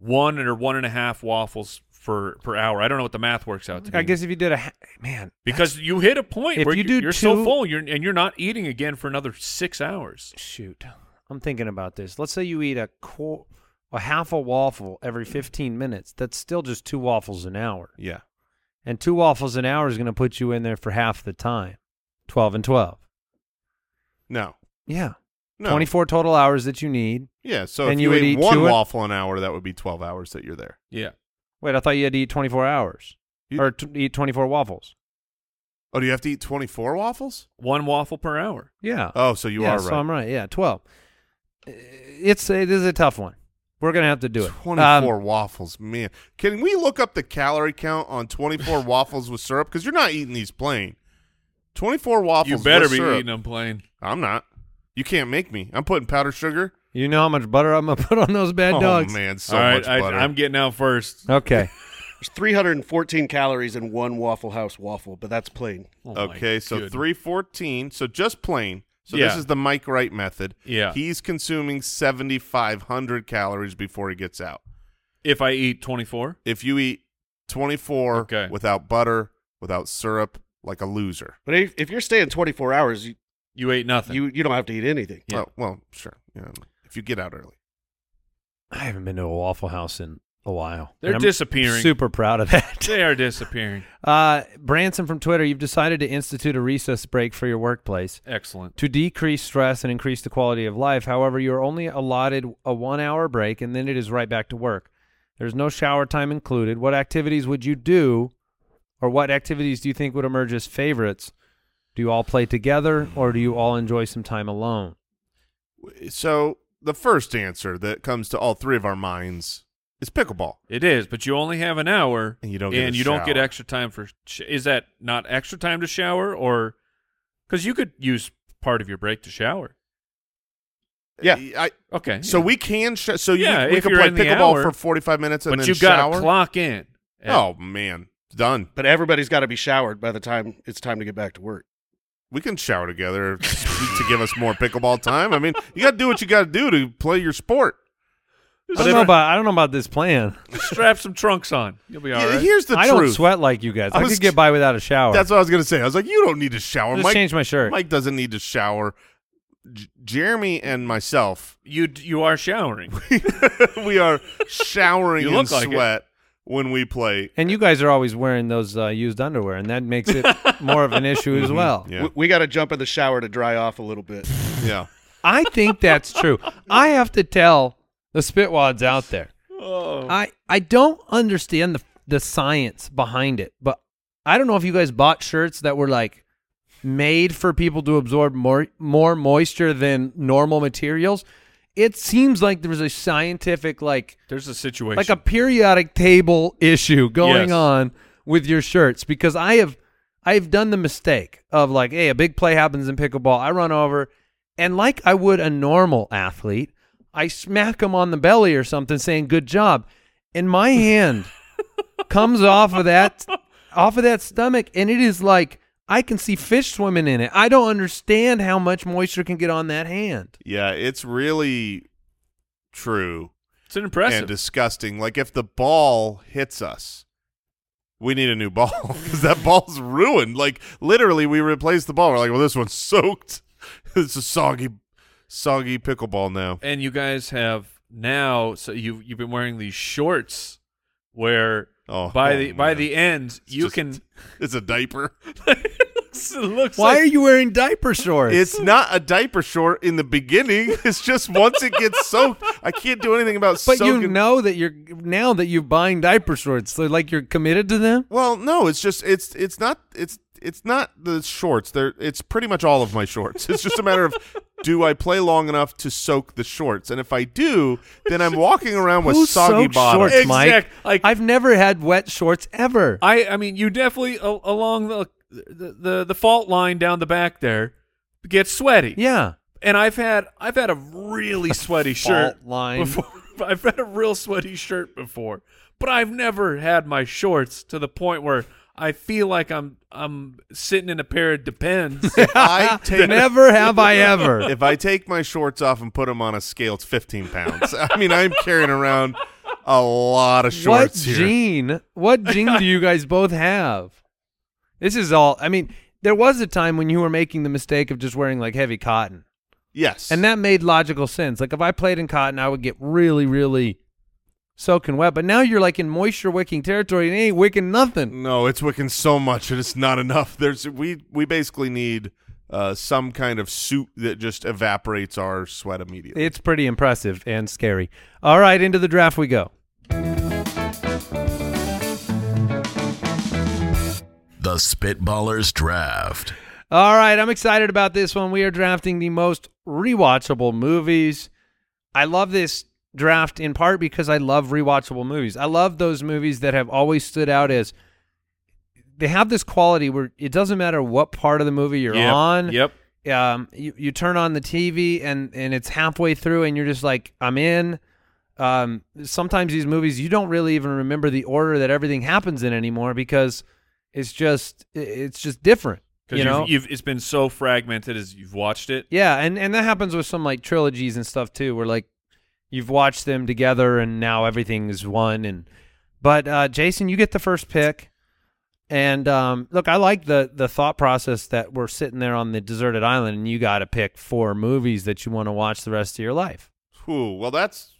Speaker 4: one or one and a half waffles for per hour. I don't know what the math works out to.
Speaker 3: I
Speaker 4: be.
Speaker 3: guess if you did a ha- man,
Speaker 4: because you hit a point
Speaker 3: If
Speaker 4: where
Speaker 3: you
Speaker 4: you
Speaker 3: do
Speaker 4: are so
Speaker 3: two-
Speaker 4: full, you're and you're not eating again for another six hours.
Speaker 3: shoot, I'm thinking about this. Let's say you eat a qu- a half a waffle every 15 minutes. That's still just two waffles an hour,
Speaker 2: Yeah,
Speaker 3: and two waffles an hour is going to put you in there for half the time, 12 and 12.
Speaker 2: no,
Speaker 3: Yeah,
Speaker 2: no.
Speaker 3: 24 total hours that you need.
Speaker 2: Yeah, so
Speaker 3: Then
Speaker 2: if
Speaker 3: you
Speaker 2: you,
Speaker 3: would
Speaker 2: ate
Speaker 3: eat
Speaker 2: one
Speaker 3: two-
Speaker 2: waffle an hour, that would be twelve hours that you're there.
Speaker 4: Yeah.
Speaker 3: Wait, I thought you had to eat 24 hours
Speaker 2: You-
Speaker 3: or t- eat 24 waffles.
Speaker 2: Oh, do you have to eat twenty four waffles?
Speaker 4: One waffle per hour.
Speaker 3: Yeah.
Speaker 2: Oh, so you
Speaker 3: yeah,
Speaker 2: are
Speaker 3: so
Speaker 2: right.
Speaker 3: I'm right. Yeah, 12. Uh, It's it is a tough one. We're gonna have to do it. Um,
Speaker 2: Twenty four
Speaker 4: Um,
Speaker 2: waffles, man. Can we look up the calorie count on twenty four waffles with syrup? Because you're not eating these plain. Twenty four waffles.
Speaker 4: you better
Speaker 2: with
Speaker 4: be
Speaker 2: syrup.
Speaker 4: eating them plain.
Speaker 2: I'm not. You can't make me. I'm putting powdered sugar.
Speaker 3: You know how much butter I'm gonna put on those bad
Speaker 2: oh
Speaker 3: dogs.
Speaker 2: man, so
Speaker 4: All right,
Speaker 2: much
Speaker 4: I,
Speaker 2: butter. Oh
Speaker 4: I'm getting out first.
Speaker 3: Okay.
Speaker 5: There's 314 calories in one Waffle House waffle, but that's plain.
Speaker 4: Oh my
Speaker 2: okay, so
Speaker 4: goodness.
Speaker 2: 314. So just plain. So this
Speaker 4: Yeah.
Speaker 2: is the Mike Wright method.
Speaker 4: Yeah.
Speaker 2: He's consuming 7500 calories before he gets out.
Speaker 4: If I eat 24,
Speaker 2: If you eat 24
Speaker 4: Okay.
Speaker 2: without butter, without syrup, like a loser.
Speaker 5: But if, if you're staying 24 hours, you,
Speaker 4: you ate nothing.
Speaker 5: you you don't have to eat anything.
Speaker 4: Yeah.
Speaker 2: Oh, well, sure. Yeah, if you get out early.
Speaker 3: I haven't been to a Waffle House in a while.
Speaker 4: They're
Speaker 3: And I'm
Speaker 4: disappearing.
Speaker 3: Super proud of that.
Speaker 4: they are disappearing.
Speaker 3: Uh, Branson from Twitter, you've decided to institute a recess break for your workplace
Speaker 4: Excellent.
Speaker 3: to decrease stress and increase the quality of life. However, you are only allotted a one-hour break, and then it is right back to work. There's no shower time included. What activities would you do, or what activities do you think would emerge as favorites? Do you all play together, or do you all enjoy some time alone?
Speaker 2: So the first answer that comes to all three of our minds is pickleball.
Speaker 4: It is, but you only have an hour,
Speaker 2: And you don't get
Speaker 4: and
Speaker 2: a
Speaker 4: you don't get
Speaker 2: shower.
Speaker 4: extra time for. Sh- is that not extra time to shower, or because you could use part of your break to shower?
Speaker 5: Yeah.
Speaker 2: I,
Speaker 4: Okay,
Speaker 2: So
Speaker 4: yeah.
Speaker 2: we can sh- so you,
Speaker 4: Yeah,
Speaker 2: we
Speaker 4: if
Speaker 2: can
Speaker 4: you're
Speaker 2: play
Speaker 4: in the
Speaker 2: pickleball
Speaker 4: hour,
Speaker 2: for 45 minutes and
Speaker 4: but
Speaker 2: then
Speaker 4: you
Speaker 2: shower.
Speaker 4: got to clock in. at-
Speaker 2: oh man, done.
Speaker 5: But everybody's got to be showered by the time it's time to get back to work.
Speaker 2: We can shower together to give us more pickleball time. I mean, you got to do what you got to do to play your sport.
Speaker 3: I don't know about I don't know about this plan.
Speaker 4: strap some trunks on. You'll be all
Speaker 2: Yeah,
Speaker 4: right.
Speaker 2: Here's the
Speaker 3: I
Speaker 2: truth.
Speaker 3: don't sweat like you guys.
Speaker 2: I
Speaker 3: I,
Speaker 2: was-
Speaker 3: could get by without a shower.
Speaker 2: That's what I was gonna say. I was like, you don't need to shower.
Speaker 3: Just
Speaker 2: Mike,
Speaker 3: change my shirt.
Speaker 2: Mike doesn't need to shower. J- Jeremy and myself,
Speaker 4: you d- you are showering.
Speaker 2: we are showering
Speaker 4: You
Speaker 2: in
Speaker 4: look like it.
Speaker 2: sweat when we play.
Speaker 3: and you guys are always wearing those uh, used underwear, and that makes it more of an issue as well.
Speaker 2: Yeah,
Speaker 5: We, we got to jump in the shower to dry off a little bit.
Speaker 2: yeah.
Speaker 3: I think that's true. I have to tell the spitwads out there. I I don't understand the the science behind it, but I don't know if you guys bought shirts that were like made for people to absorb more more moisture than normal materials. It seems like there's a scientific like
Speaker 4: There's a situation.
Speaker 3: like a periodic table issue going
Speaker 4: Yes.
Speaker 3: on with your shirts because I have I've done the mistake of like, hey, a big play happens in pickleball. I run over, and like I would a normal athlete, I smack him on the belly or something, saying "good job," and my hand comes off of that off of that stomach, and it is like I can see fish swimming in it. I don't understand how much moisture can get on that hand.
Speaker 2: Yeah, it's really true
Speaker 4: it's an impressive.
Speaker 2: and disgusting. Like if the ball hits us, we need a new ball because that ball's ruined. Like literally, we replaced the ball. We're like, well, this one's soaked. it's a soggy, soggy pickleball now.
Speaker 4: and you guys have now so you you've been wearing these shorts where
Speaker 2: Oh,
Speaker 4: by
Speaker 2: oh,
Speaker 4: the by
Speaker 2: man.
Speaker 4: the end you
Speaker 2: just-
Speaker 4: can
Speaker 2: It's a diaper.
Speaker 4: it looks
Speaker 3: Why
Speaker 4: like
Speaker 3: are you wearing diaper shorts?
Speaker 2: It's not a diaper short in the beginning. It's just once it gets soaked, I can't do anything about
Speaker 3: But
Speaker 2: soaking.
Speaker 3: you know that you're now that you're buying diaper shorts, so like you're committed to them.
Speaker 2: Well, no, it's just it's it's not it's it's not the shorts. They're it's pretty much all of my shorts. It's just a matter of do I play long enough to soak the shorts, and if I do, then I'm walking around with
Speaker 3: Who
Speaker 2: soggy
Speaker 3: soaked
Speaker 2: bottom.
Speaker 3: shorts, Mike?
Speaker 4: Exact- like-
Speaker 3: I've never had wet shorts ever.
Speaker 4: I I mean, you definitely a- along the, the the the fault line down the back there get sweaty.
Speaker 3: yeah.
Speaker 4: and I've had I've had a really sweaty
Speaker 3: fault
Speaker 4: shirt
Speaker 3: line.
Speaker 4: before. I've had a real sweaty shirt before, but I've never had my shorts to the point where I feel like I'm I'm sitting in a pair of Depends.
Speaker 2: I take
Speaker 3: Never have I ever.
Speaker 2: if I take my shorts off and put them on a scale, it's 15 pounds. I mean, I'm carrying around a lot of
Speaker 3: what
Speaker 2: shorts here.
Speaker 3: gene? What gene do you guys both have? This is all. I mean, there was a time when you were making the mistake of just wearing like heavy cotton,
Speaker 2: Yes,
Speaker 3: and that made logical sense. Like if I played in cotton, I would get really, really soaking wet. But now you're like in moisture wicking territory, and it ain't wicking nothing.
Speaker 2: no, it's wicking so much, and it's not enough. There's we we basically need uh, some kind of suit that just evaporates our sweat immediately.
Speaker 3: It's pretty impressive and scary. All right, into the draft we go.
Speaker 1: The Spitballers Draft.
Speaker 3: All right, I'm excited about this one. We are drafting the most rewatchable movies. I love this draft in part because I love rewatchable movies. I love those movies that have always stood out as they have this quality where it doesn't matter what part of the movie you're
Speaker 4: Yep,
Speaker 3: on.
Speaker 4: Yep.
Speaker 3: Um, you, you turn on the TV and and it's halfway through and you're just like, I'm in. Um, sometimes these movies you don't really even remember the order that everything happens in anymore because it's just it- it's just different.
Speaker 4: Because
Speaker 3: you
Speaker 4: you
Speaker 3: know,
Speaker 4: have you've, it's been so fragmented as you've watched it.
Speaker 3: yeah, and and that happens with some like trilogies and stuff too, where like you've watched them together and now everything is one. And but uh, Jason, you get the first pick. And um, look, I like the the thought process that we're sitting there on the deserted island, and you got to pick four movies that you want to watch the rest of your life.
Speaker 2: Ooh, well, that's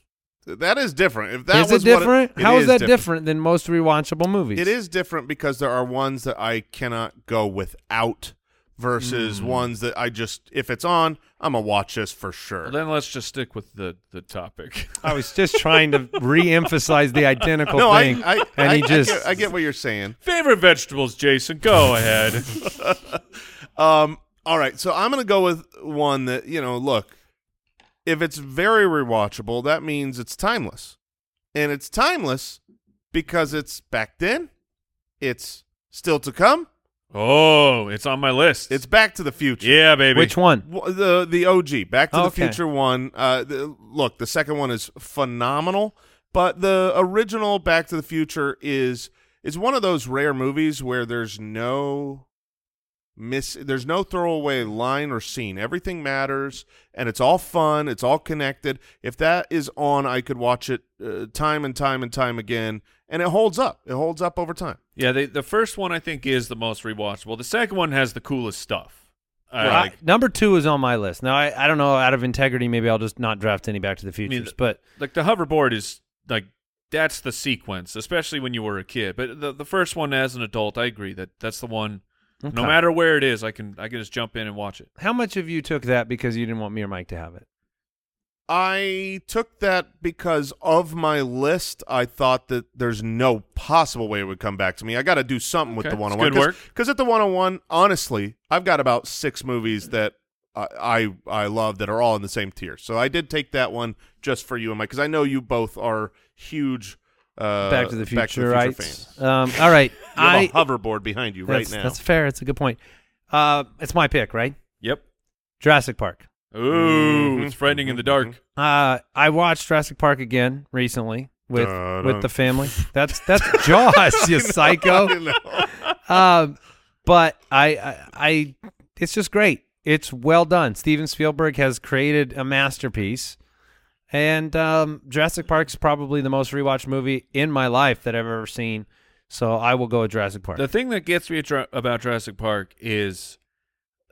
Speaker 2: that is different. If that
Speaker 3: is
Speaker 2: was
Speaker 3: it different?
Speaker 2: What it- it
Speaker 3: How is, that different.
Speaker 2: different?
Speaker 3: than most rewatchable movies?
Speaker 2: It is different because there are ones that I cannot go without
Speaker 3: Hmm.
Speaker 2: versus ones that I just if it's on, I'm gonna watch this for sure.
Speaker 4: Well, then let's just stick with the the topic.
Speaker 3: I was just trying to re-emphasize the identical
Speaker 2: no, I,
Speaker 3: thing,
Speaker 2: I, I,
Speaker 3: and he
Speaker 2: I
Speaker 3: just
Speaker 2: get, I get what you're saying.
Speaker 4: Favorite vegetables, Jason. Go ahead.
Speaker 2: Um, all right, so I'm gonna go with one that you know. Look, if it's very rewatchable, that means it's timeless, and it's timeless because it's back then, it's still to come,
Speaker 4: oh, it's on my list.
Speaker 2: it's Back to the Future.
Speaker 4: yeah, baby.
Speaker 3: which one?
Speaker 2: W- the the OG Back to the
Speaker 3: Okay.
Speaker 2: Future one. Uh, the, look, the second one is phenomenal, but the original Back to the Future is is one of those rare movies where there's no miss, there's no throwaway line or scene. Everything matters, and it's all fun. It's all connected. If that is on, I could watch it uh, time and time and time again, and it holds up. It holds up over time.
Speaker 4: Yeah, they, the first one I think is the most rewatchable. The second one has the coolest stuff. I
Speaker 3: I-
Speaker 4: like-
Speaker 3: number two is on my list. Now I, I don't know. Out of integrity, maybe I'll just not draft any Back to the Futures.
Speaker 4: th-
Speaker 3: but
Speaker 4: like the hoverboard is like that's the sequence, especially when you were a kid. But the the first one as an adult, I agree that that's the one.
Speaker 3: Okay.
Speaker 4: No matter where it is, I can I can just jump in and watch it.
Speaker 3: how much of you took that because you didn't want me or Mike to have it?
Speaker 2: I took that because of my list. I thought that there's no possible way it would come back to me. I got to do something with
Speaker 4: Okay,
Speaker 2: the
Speaker 4: that's
Speaker 2: 101.
Speaker 4: good work.
Speaker 2: Because at the 101, honestly, I've got about six movies that I, I I love that are all in the same tier. So I did take that one just for you and Mike because I know you both are huge uh,
Speaker 3: Back to the
Speaker 2: Back to
Speaker 3: Future,
Speaker 2: the
Speaker 3: right?
Speaker 2: fans.
Speaker 3: Um, all right,
Speaker 2: You have
Speaker 3: I
Speaker 2: a hoverboard behind you right
Speaker 3: that's,
Speaker 2: now.
Speaker 3: that's fair. It's a good point. Uh, it's my pick, right?
Speaker 4: Yep.
Speaker 3: Jurassic Park.
Speaker 4: Ooh,
Speaker 3: Mm-hmm.
Speaker 4: it's frightening in the dark.
Speaker 3: Uh, I watched Jurassic Park again recently with
Speaker 2: Dun, dun.
Speaker 3: with the family. That's that's Jaws, you psycho.
Speaker 2: You know?
Speaker 3: um, but I, I, I, it's just great. It's well done. Steven Spielberg has created a masterpiece, and um, Jurassic Park is probably the most rewatched movie in my life that I've ever seen. So I will go with Jurassic Park.
Speaker 4: The thing that gets me dra- about Jurassic Park is,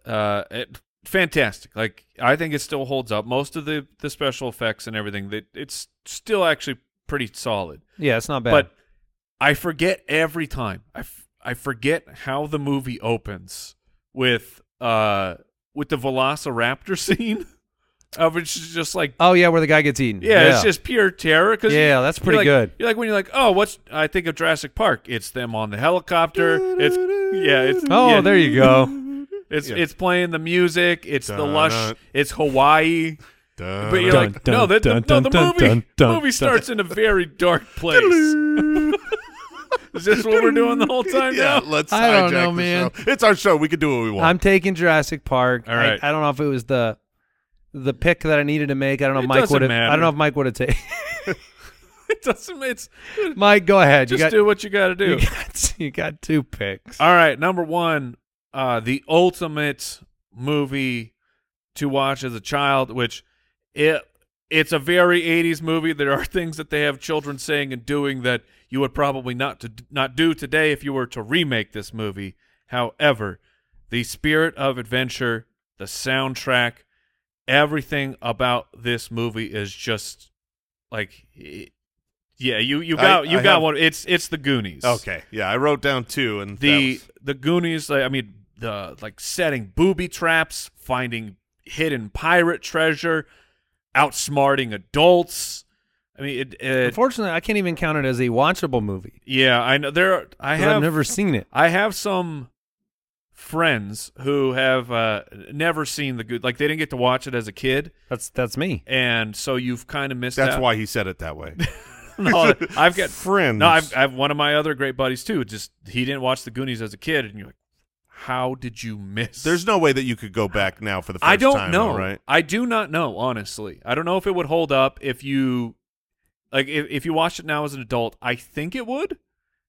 Speaker 4: uh, it, fantastic. Like I think it still holds up. Most of the the special effects and everything that it's still actually pretty solid.
Speaker 3: yeah, it's not bad.
Speaker 4: But I forget every time. I, f- I forget how the movie opens with uh with the Velociraptor scene. of which is just like
Speaker 3: Oh yeah, where the guy gets eaten.
Speaker 4: yeah, it's just pure terror. Cause
Speaker 3: Yeah, that's
Speaker 4: you're
Speaker 3: pretty
Speaker 4: like-
Speaker 3: good.
Speaker 4: You're like when you're like, oh, what's I think of Jurassic Park. It's them on the helicopter. It's yeah, it's
Speaker 3: Oh,
Speaker 4: yeah,
Speaker 3: there you go.
Speaker 4: It's
Speaker 2: Yeah.
Speaker 4: it's playing the music. It's the
Speaker 2: Dun,
Speaker 4: lush.
Speaker 2: dun.
Speaker 4: It's Hawaii.
Speaker 2: Dun,
Speaker 4: But you're
Speaker 2: dun.
Speaker 4: like, no, the, the, no, the movie, movie starts in a very dark place. Is this what we're doing the whole time
Speaker 2: yeah,
Speaker 4: now?
Speaker 2: let's.
Speaker 3: I don't
Speaker 2: hijack
Speaker 3: know,
Speaker 2: the
Speaker 3: man.
Speaker 2: show. It's our show. We can do what we want.
Speaker 3: I'm taking Jurassic Park.
Speaker 4: All right.
Speaker 3: I, I don't know if it was the the pick that I needed to make. I don't know if
Speaker 4: It
Speaker 3: Mike
Speaker 4: doesn't
Speaker 3: would have I
Speaker 4: matter.
Speaker 3: don't know if Mike would have taken
Speaker 4: It doesn't. It's
Speaker 3: Mike, go ahead.
Speaker 4: just
Speaker 3: you got
Speaker 4: do what you got to do.
Speaker 3: You got, you got two picks.
Speaker 4: All right, number one, uh, the ultimate movie to watch as a child, which it it's a very '80s movie. There are things that they have children saying and doing that you would probably not to not do today if you were to remake this movie. However, the spirit of adventure, the soundtrack, everything about this movie is just like, it- yeah, you you
Speaker 2: I-
Speaker 4: got you
Speaker 2: I
Speaker 4: got
Speaker 2: have-
Speaker 4: one. It's it's the Goonies
Speaker 2: okay. Yeah, I wrote down two, and
Speaker 4: the
Speaker 2: that was-
Speaker 4: the Goonies. like, I mean, the like setting booby traps, finding hidden pirate treasure, outsmarting adults. I mean, it. it
Speaker 3: Unfortunately, I can't even count it as a watchable movie.
Speaker 4: yeah, I know there. Are, I
Speaker 3: 'cause
Speaker 4: have
Speaker 3: I've never seen it.
Speaker 4: I have some friends who have uh, never seen the good. Like they didn't get to watch it as a kid,
Speaker 3: That's that's me.
Speaker 4: and so you've kind of missed.
Speaker 2: that's
Speaker 4: out.
Speaker 2: why he said it that way.
Speaker 4: No, I've got
Speaker 2: friends.
Speaker 4: No, I've, I've one of my other great buddies too. Just he didn't watch the Goonies as a kid, and you're like, how did you miss?
Speaker 2: There's no way that you could go back now for the first
Speaker 4: I don't
Speaker 2: time,
Speaker 4: know.
Speaker 2: though, right?
Speaker 4: I do not know, honestly. I don't know if it would hold up if you like if, if you watched it now as an adult. I think it would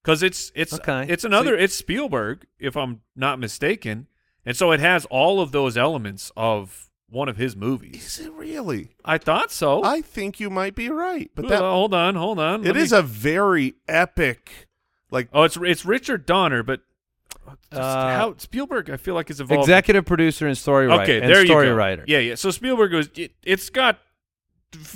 Speaker 4: because it's it's
Speaker 3: Okay.
Speaker 4: it's another it's Spielberg, if I'm not mistaken, and so it has all of those elements of one of his movies.
Speaker 2: Is it really?
Speaker 4: I thought so.
Speaker 2: I think you might be right, but
Speaker 4: Uh,
Speaker 2: that
Speaker 4: hold on, hold on.
Speaker 2: it is a very epic. Like
Speaker 4: oh, it's it's Richard Donner, but just
Speaker 3: Uh,
Speaker 4: how Spielberg, I feel like is evolved.
Speaker 3: Executive producer and story writer.
Speaker 4: Okay,
Speaker 3: and
Speaker 4: there
Speaker 3: story
Speaker 4: you go.
Speaker 3: writer.
Speaker 4: Yeah, yeah. So Spielberg was. It, it's got.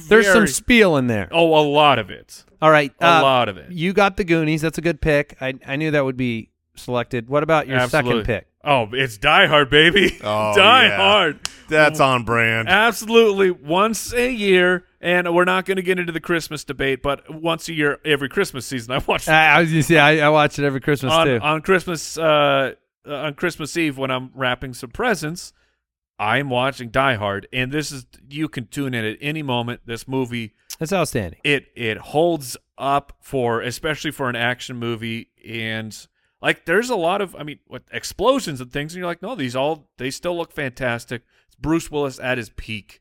Speaker 3: There's some
Speaker 4: very-
Speaker 3: spiel in there.
Speaker 4: Oh, a lot of it.
Speaker 3: All right.
Speaker 4: A
Speaker 3: uh,
Speaker 4: lot of it.
Speaker 3: You got the Goonies. That's a good pick. I, I knew that would be selected. What about your
Speaker 4: Absolutely.
Speaker 3: second pick?
Speaker 4: Oh, it's Die Hard, baby.
Speaker 2: Oh,
Speaker 4: Die
Speaker 2: yeah.
Speaker 4: Hard.
Speaker 2: that's on brand.
Speaker 4: Absolutely. Once a year, and we're not going to get into the Christmas debate, but once a year, every Christmas season, I watch
Speaker 3: I, I was gonna say I, I watch it every Christmas
Speaker 4: on,
Speaker 3: too.
Speaker 4: on Christmas uh, uh, on Christmas Eve when I'm wrapping some presents. I'm watching Die Hard, and this is you can tune in at any moment. This movie
Speaker 3: That's outstanding.
Speaker 4: it it holds up for especially for an action movie and like there's a lot of i mean what explosions and things and you're like no these all they still look fantastic it's bruce willis at his peak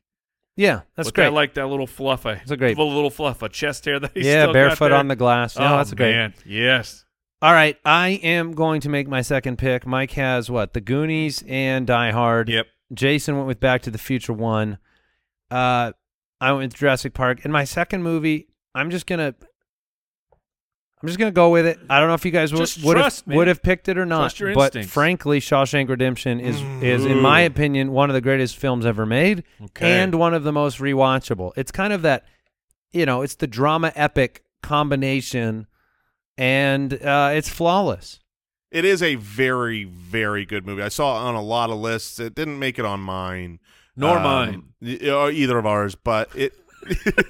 Speaker 3: Yeah, that's
Speaker 4: With that,
Speaker 3: great.
Speaker 4: like that little fluff a,
Speaker 3: That's a great-
Speaker 4: little fluff a chest hair that he's
Speaker 3: yeah, barefoot on the glass.
Speaker 4: oh
Speaker 3: No, that's a great.
Speaker 4: man yes
Speaker 3: All right, I am going to make my second pick. Mike has what? The Goonies and Die Hard.
Speaker 4: yep
Speaker 3: Jason went with Back to the Future one. Uh, I went with Jurassic Park. And my second movie, I'm just gonna, I'm just gonna go with it. I don't know if you guys would
Speaker 4: Just
Speaker 3: would
Speaker 4: trust,
Speaker 3: have,
Speaker 4: man.
Speaker 3: would have picked it or not,
Speaker 4: Trust your
Speaker 3: but
Speaker 4: instincts.
Speaker 3: frankly, Shawshank Redemption is is in my opinion one of the greatest films ever made,
Speaker 4: Okay.
Speaker 3: and one of the most rewatchable. It's kind of that, you know, it's the drama epic combination, and uh, it's flawless.
Speaker 2: It is a very, very good movie. I saw it on a lot of lists. It didn't make it on mine,
Speaker 4: Nor
Speaker 2: um,
Speaker 4: mine.
Speaker 2: y- or either of ours, but it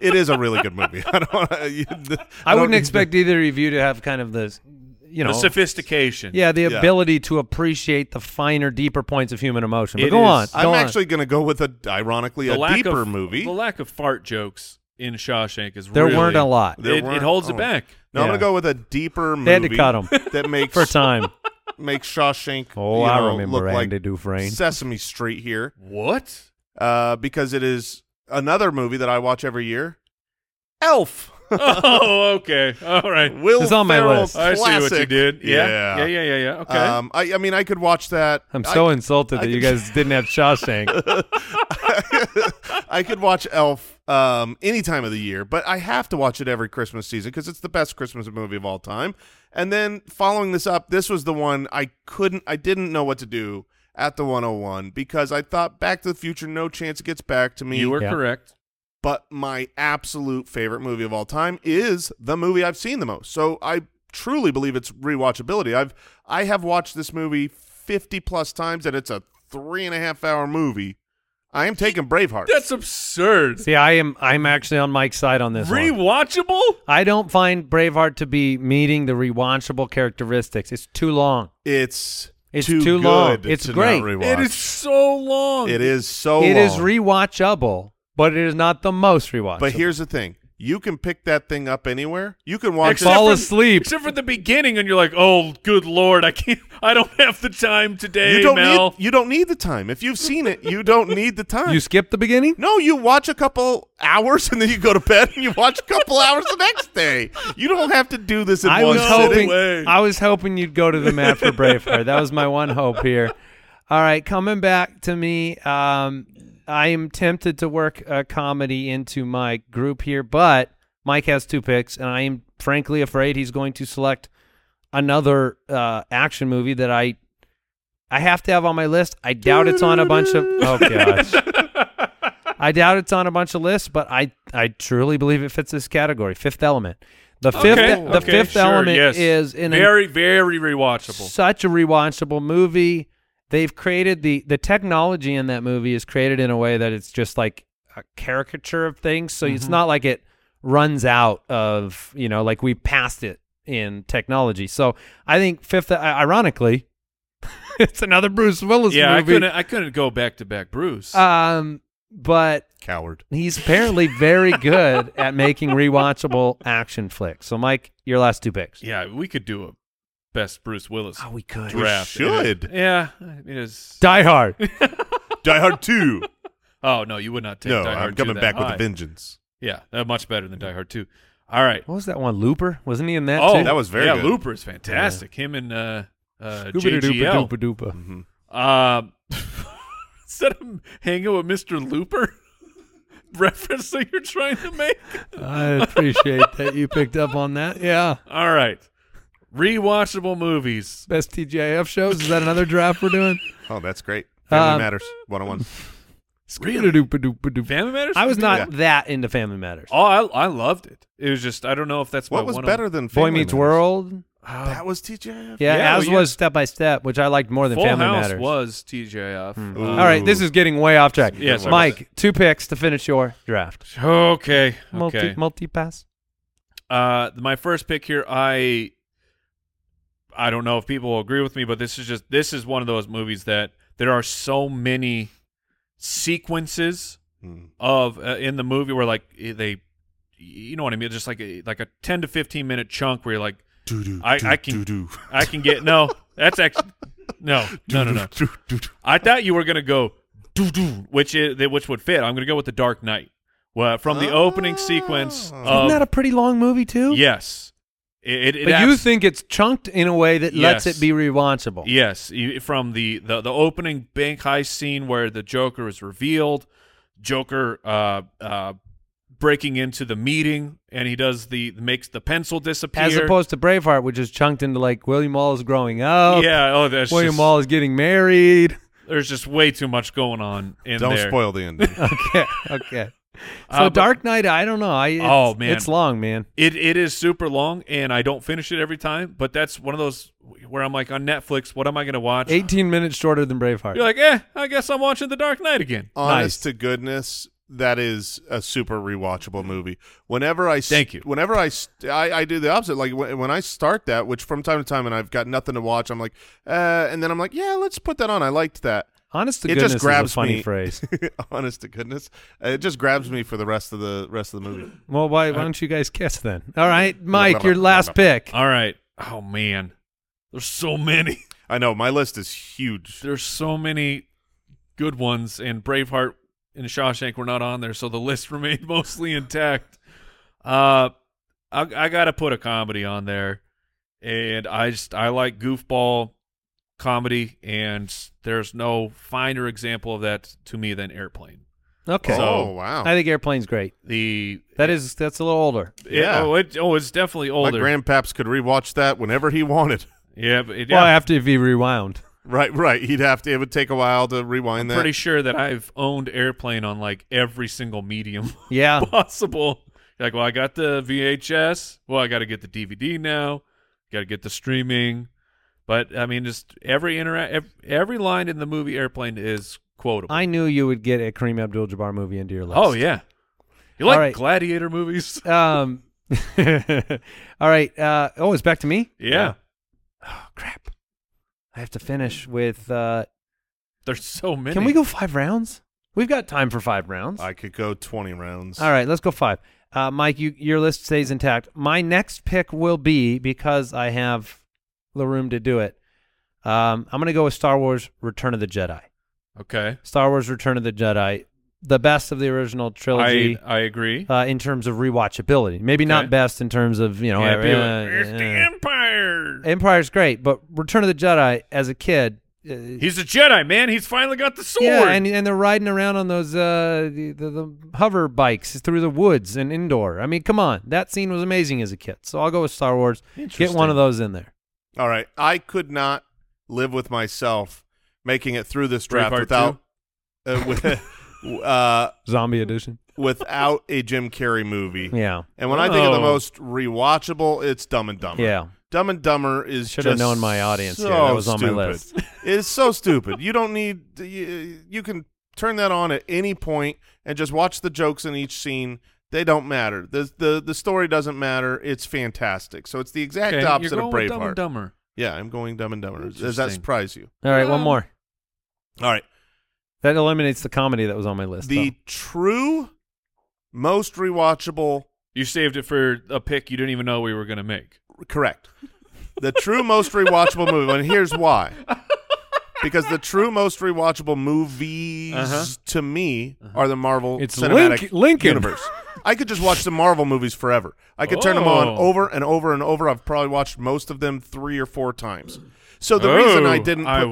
Speaker 2: it is a really good movie. I don't. You,
Speaker 3: I,
Speaker 2: don't-
Speaker 3: wouldn't expect either of you to have kind of this, you know,
Speaker 4: the sophistication
Speaker 3: Yeah, the
Speaker 2: Yeah.
Speaker 3: ability to appreciate the finer, deeper points of human emotion. But
Speaker 4: It
Speaker 3: go
Speaker 4: is-
Speaker 3: on.
Speaker 2: I'm
Speaker 3: go on.
Speaker 2: actually going to go with a, ironically, a
Speaker 4: the lack
Speaker 2: deeper
Speaker 4: of,
Speaker 2: movie.
Speaker 4: the lack of fart jokes in shawshank is
Speaker 3: there
Speaker 4: really,
Speaker 3: weren't a lot.
Speaker 2: There
Speaker 4: it, it
Speaker 2: weren't-
Speaker 4: holds
Speaker 2: oh.
Speaker 4: it back
Speaker 2: No, I'm
Speaker 3: Yeah.
Speaker 2: going to go with a deeper movie.
Speaker 3: They had to cut 'em.
Speaker 2: that makes
Speaker 3: for time.
Speaker 2: makes Shawshank.
Speaker 3: Oh,
Speaker 2: you
Speaker 3: I
Speaker 2: know,
Speaker 3: remember
Speaker 2: look like
Speaker 3: Andy Dufresne.
Speaker 2: Sesame Street here,
Speaker 4: what
Speaker 2: uh, because it is another movie that I watch every year. Elf.
Speaker 4: oh okay all right
Speaker 2: Will
Speaker 3: It's on my
Speaker 2: Ferrell
Speaker 3: list.
Speaker 4: I
Speaker 2: Classic.
Speaker 4: see what you did. Yeah.
Speaker 2: Yeah.
Speaker 4: Yeah, yeah, yeah, yeah. Okay.
Speaker 2: Um, I, I mean, I could watch that.
Speaker 3: I'm so
Speaker 2: I,
Speaker 3: insulted that you guys didn't have Shawshank.
Speaker 2: I could watch Elf um, any time of the year, but I have to watch it every Christmas season because it's the best Christmas movie of all time. And then following this up, this was the one I couldn't, I didn't know what to do at the 101 because I thought Back to the Future, no chance it gets back to me.
Speaker 4: you were
Speaker 3: Yeah.
Speaker 4: correct.
Speaker 2: but my absolute favorite movie of all time is the movie I've seen the most. So I truly believe it's rewatchability. I've I have watched this movie fifty plus times, and it's a three and a half hour movie. I am taking Braveheart.
Speaker 4: That's absurd.
Speaker 3: See, I am I'm actually on Mike's side on this. one.
Speaker 4: Rewatchable?
Speaker 3: I don't find Braveheart to be meeting the rewatchable characteristics. It's too long.
Speaker 2: It's
Speaker 3: It's
Speaker 2: too,
Speaker 3: too long.
Speaker 2: good
Speaker 3: It's
Speaker 2: to
Speaker 3: great.
Speaker 2: Not rewatch.
Speaker 4: It is so long.
Speaker 2: It is so.
Speaker 3: It is
Speaker 2: long.
Speaker 3: rewatchable, but it is not the most rewatchable.
Speaker 2: But here's the thing: you can pick that thing up anywhere. You can watch
Speaker 4: Except
Speaker 2: it.
Speaker 3: Fall
Speaker 4: for-
Speaker 3: asleep.
Speaker 4: Except for the beginning, and you're like, "Oh, good lord, I can't. I don't have the time today,
Speaker 2: you don't
Speaker 4: Mel."
Speaker 2: need. You don't need the time. If you've seen it, you don't need the time.
Speaker 3: you skip the beginning?
Speaker 2: no, you watch a couple hours and then you go to bed and you watch a couple hours the next day. You don't have to do this in
Speaker 3: I
Speaker 2: one
Speaker 3: was
Speaker 2: sitting.
Speaker 3: hoping
Speaker 4: way.
Speaker 3: I was hoping you'd go to the map for Braveheart. That was my one hope here. All right, coming back to me, um, I am tempted to work a comedy into my group here, but Mike has two picks, and I am frankly afraid he's going to select another uh, action movie that I I have to have on my list. I doubt it's on a bunch of oh gosh. I doubt it's on a bunch of lists, but I I truly believe it fits this category. Fifth Element. The fifth
Speaker 4: Okay,
Speaker 3: the
Speaker 4: okay,
Speaker 3: fifth
Speaker 4: sure,
Speaker 3: element
Speaker 4: yes.
Speaker 3: is in a,
Speaker 4: very, very rewatchable.
Speaker 3: such a rewatchable movie. They've created the the technology in that movie is created in a way that it's just like a caricature of things. So
Speaker 4: Mm-hmm.
Speaker 3: it's not like it runs out of you know like we passed it in technology. So I think fifth, ironically, it's another Bruce Willis
Speaker 4: Yeah, I
Speaker 3: movie.
Speaker 4: couldn't. I couldn't go back to back, Bruce.
Speaker 2: Uh,
Speaker 3: um, but
Speaker 2: Coward.
Speaker 3: He's apparently very good at making rewatchable action flicks. So, Mike, your last two picks.
Speaker 4: yeah, we could do a best Bruce Willis
Speaker 3: Oh, we could.
Speaker 4: draft.
Speaker 2: We should.
Speaker 4: Yeah, it is.
Speaker 3: Die Hard.
Speaker 2: Die Hard Two.
Speaker 4: Oh no, you would not take.
Speaker 2: no,
Speaker 4: Die Hard
Speaker 2: I'm
Speaker 4: 2
Speaker 2: coming
Speaker 4: that
Speaker 2: back with
Speaker 4: high.
Speaker 2: a vengeance.
Speaker 4: Yeah, uh, much better than Die Hard Two. All right.
Speaker 3: What was that one? Looper? Wasn't he in that
Speaker 4: Oh,
Speaker 3: too?
Speaker 2: that was very
Speaker 4: Yeah,
Speaker 2: good.
Speaker 4: Looper is fantastic. Him and uh, uh, JGL.
Speaker 3: Scooby-doo-ba-dooba-dooba.
Speaker 4: Um, instead of hanging with Mr. Looper, reference that you're trying to make.
Speaker 3: I appreciate that you picked up on that. Yeah.
Speaker 4: All right, rewatchable movies.
Speaker 3: Best TGIF shows. Is that another draft we're doing?
Speaker 2: Oh, that's great. Family
Speaker 3: Um,
Speaker 2: Matters 101.
Speaker 3: Scooby-doo-ba-doo-ba-doo.
Speaker 4: Family Matters.
Speaker 3: I was not
Speaker 2: Yeah.
Speaker 3: that into Family Matters.
Speaker 4: Oh, I, I loved it. It was just I don't know if that's my
Speaker 2: What was
Speaker 4: one Uh,
Speaker 2: better than
Speaker 3: oh Boy
Speaker 2: Family
Speaker 3: Meets
Speaker 2: Matters?
Speaker 3: World. Um,
Speaker 4: On,
Speaker 2: That was TGIF.
Speaker 3: Yeah,
Speaker 4: Yeah,
Speaker 3: as
Speaker 4: well,
Speaker 3: was Step by Step, which I liked more than
Speaker 4: Full
Speaker 3: Family
Speaker 4: House
Speaker 3: Matters. Hmm.
Speaker 4: was TJF.
Speaker 2: Ooh.
Speaker 3: All right, this is getting way off track.
Speaker 4: Yes, it was.
Speaker 3: Mike, two picks to finish your draft.
Speaker 4: Okay.
Speaker 3: Multi
Speaker 4: Okay.
Speaker 3: multi pass.
Speaker 4: Uh, my first pick here, I I don't know if people will agree with me, but this is just this is one of those movies that there are so many sequences
Speaker 2: Mm.
Speaker 4: of uh, in the movie where like eh, they you know what I mean, just like a, like a ten to fifteen minute chunk where you're like I, I can I can get no that's actually no no no no I thought you were gonna go doo doo, which is which would fit. I'm gonna go with the Dark Knight. Well, from the opening sequence
Speaker 2: Oh.
Speaker 4: of
Speaker 3: Ah. Isn't that a pretty long movie too?
Speaker 4: Yes. Um, It, it, it
Speaker 3: But you
Speaker 4: abs-
Speaker 3: think it's chunked in a way that lets
Speaker 4: Yes.
Speaker 3: it be rewatchable.
Speaker 4: yes you- from the, the the opening bank heist scene where the Joker is revealed, Joker uh uh breaking into the meeting and he does the makes the pencil disappear.
Speaker 3: As opposed to Braveheart, which is chunked into like William Wallace growing up.
Speaker 4: yeah, oh there's
Speaker 3: William
Speaker 4: just,
Speaker 3: Wallace getting married.
Speaker 4: there's just way too much going on in
Speaker 2: Don't
Speaker 4: there.
Speaker 2: spoil the ending.
Speaker 3: Okay. Okay. So
Speaker 4: Uh, but-
Speaker 3: Dark Knight, I don't know. I it's,
Speaker 4: Oh, man.
Speaker 3: it's long, man.
Speaker 4: It it is super long and I don't finish it every time, but that's one of those where I'm like on Netflix, what am I going to watch?
Speaker 3: 18 minutes shorter than Braveheart.
Speaker 4: You're like, "Eh, I guess I'm watching The Dark Knight again."
Speaker 2: honest to goodness that is a super rewatchable movie whenever i st-
Speaker 4: Thank you.
Speaker 2: whenever I, st- I i do the opposite like when, when i start that which from time to time and i've got nothing to watch i'm like uh and then i'm like yeah let's put that on i liked that
Speaker 3: Honest to
Speaker 2: it
Speaker 3: goodness
Speaker 2: just grabs
Speaker 3: is a funny
Speaker 2: me.
Speaker 3: phrase.
Speaker 2: honest to goodness Uh, it just grabs me for the rest of the rest of the movie
Speaker 3: Well, why, why don't you guys kiss then? All right, Mike, your last pick.
Speaker 4: All right. Oh man. There's so many.
Speaker 2: i know my list is huge
Speaker 4: there's so many good ones, and Braveheart and Shawshank were not on there, so the list remained mostly intact. Uh, I, I got to put a comedy on there, and I just I like goofball comedy, and there's no finer example of that to me than Airplane.
Speaker 3: Okay.
Speaker 2: oh wow
Speaker 3: I think Airplane's great.
Speaker 4: The
Speaker 3: That is that's a little older.
Speaker 2: Yeah.
Speaker 4: oh, it, oh, it's definitely
Speaker 2: my
Speaker 4: older.
Speaker 2: grandpaps could rewatch that whenever he wanted
Speaker 4: yeah, but it,
Speaker 3: Well,
Speaker 4: yeah,
Speaker 3: after if you rewound.
Speaker 2: right right he'd have to it would take a while to rewind
Speaker 4: I'm
Speaker 2: that
Speaker 4: pretty sure that I've owned Airplane on like every single medium.
Speaker 3: Yeah.
Speaker 4: possible. You're like, well, I got the VHS. Well, I got to get the DVD now. Got to get the streaming. But I mean, just every intera- ev- every line in the movie Airplane is quotable.
Speaker 3: I knew you would get a Kareem Abdul-Jabbar movie into your list.
Speaker 4: oh yeah, you
Speaker 3: All
Speaker 4: like
Speaker 3: right.
Speaker 4: gladiator movies?
Speaker 3: Um, all right. Uh, oh, it's back to me.
Speaker 4: Yeah.
Speaker 3: Oh, crap. I have to finish with. Uh,
Speaker 4: there's so many.
Speaker 3: can we go five rounds? We've got time for five rounds.
Speaker 2: I could go 20 rounds.
Speaker 3: All right, let's go five. Uh, Mike, you, your list stays intact. My next pick will be because I have the room to do it. Um, I'm going to go with Star Wars: Return of the Jedi.
Speaker 4: Okay,
Speaker 3: Star Wars: Return of the Jedi, the best of the original trilogy.
Speaker 4: I I agree.
Speaker 3: uh, in terms of rewatchability. Maybe
Speaker 4: Okay.
Speaker 3: not best in terms of you know.
Speaker 4: Yeah,
Speaker 3: uh,
Speaker 4: be like,
Speaker 3: uh,
Speaker 4: "It's the
Speaker 3: uh,
Speaker 4: Empire.
Speaker 3: Empire's great, but Return of the Jedi as a kid. Uh,
Speaker 4: He's a Jedi man. He's finally got the sword.
Speaker 3: yeah, and and they're riding around on those uh the, the, the hover bikes through the woods and indoor. I mean, come on, that scene was amazing as a kid. So I'll go with Star Wars. Get one of those in there.
Speaker 2: All right. I could not live with myself making it through this draft
Speaker 4: Braveheart
Speaker 2: without uh, with, uh,
Speaker 3: Zombie edition.
Speaker 2: without a Jim Carrey movie.
Speaker 3: Yeah,
Speaker 2: And when I think of the
Speaker 4: Oh.
Speaker 2: most rewatchable, it's Dumb and Dumber.
Speaker 3: yeah.
Speaker 2: Dumb and Dumber is
Speaker 3: Should have
Speaker 2: just
Speaker 3: known my audience
Speaker 2: so
Speaker 3: here. That was on my
Speaker 2: stupid.
Speaker 3: list.
Speaker 2: It is so stupid. You don't need. You, you can turn that on at any point and just watch the jokes in each scene. They don't matter. the the The story doesn't matter. It's fantastic. So it's the exact
Speaker 4: Okay, you're
Speaker 2: opposite
Speaker 4: going
Speaker 2: of
Speaker 4: with Dumb and
Speaker 2: Braveheart.
Speaker 4: Dumber.
Speaker 2: Yeah, I'm going Dumb and Dumber. Does that
Speaker 4: Interesting.
Speaker 2: surprise you?
Speaker 3: All right, one more.
Speaker 2: All right.
Speaker 3: That eliminates the comedy that was on my list.
Speaker 2: The
Speaker 3: though.
Speaker 2: true most rewatchable.
Speaker 4: You saved it for a pick you didn't even know we were going to make.
Speaker 2: Correct. The true most rewatchable movie, and here's why. Because the true most rewatchable movies
Speaker 4: Uh-huh.
Speaker 2: to me are the Marvel
Speaker 3: It's
Speaker 2: Cinematic
Speaker 3: Link- Lincoln.
Speaker 2: Universe. I could just watch the Marvel movies forever. I could turn them on
Speaker 4: Oh.
Speaker 2: over and over and over. I've probably watched most of them three or four times. So the reason
Speaker 3: Oh,
Speaker 2: I didn't
Speaker 4: Oh, I,
Speaker 2: put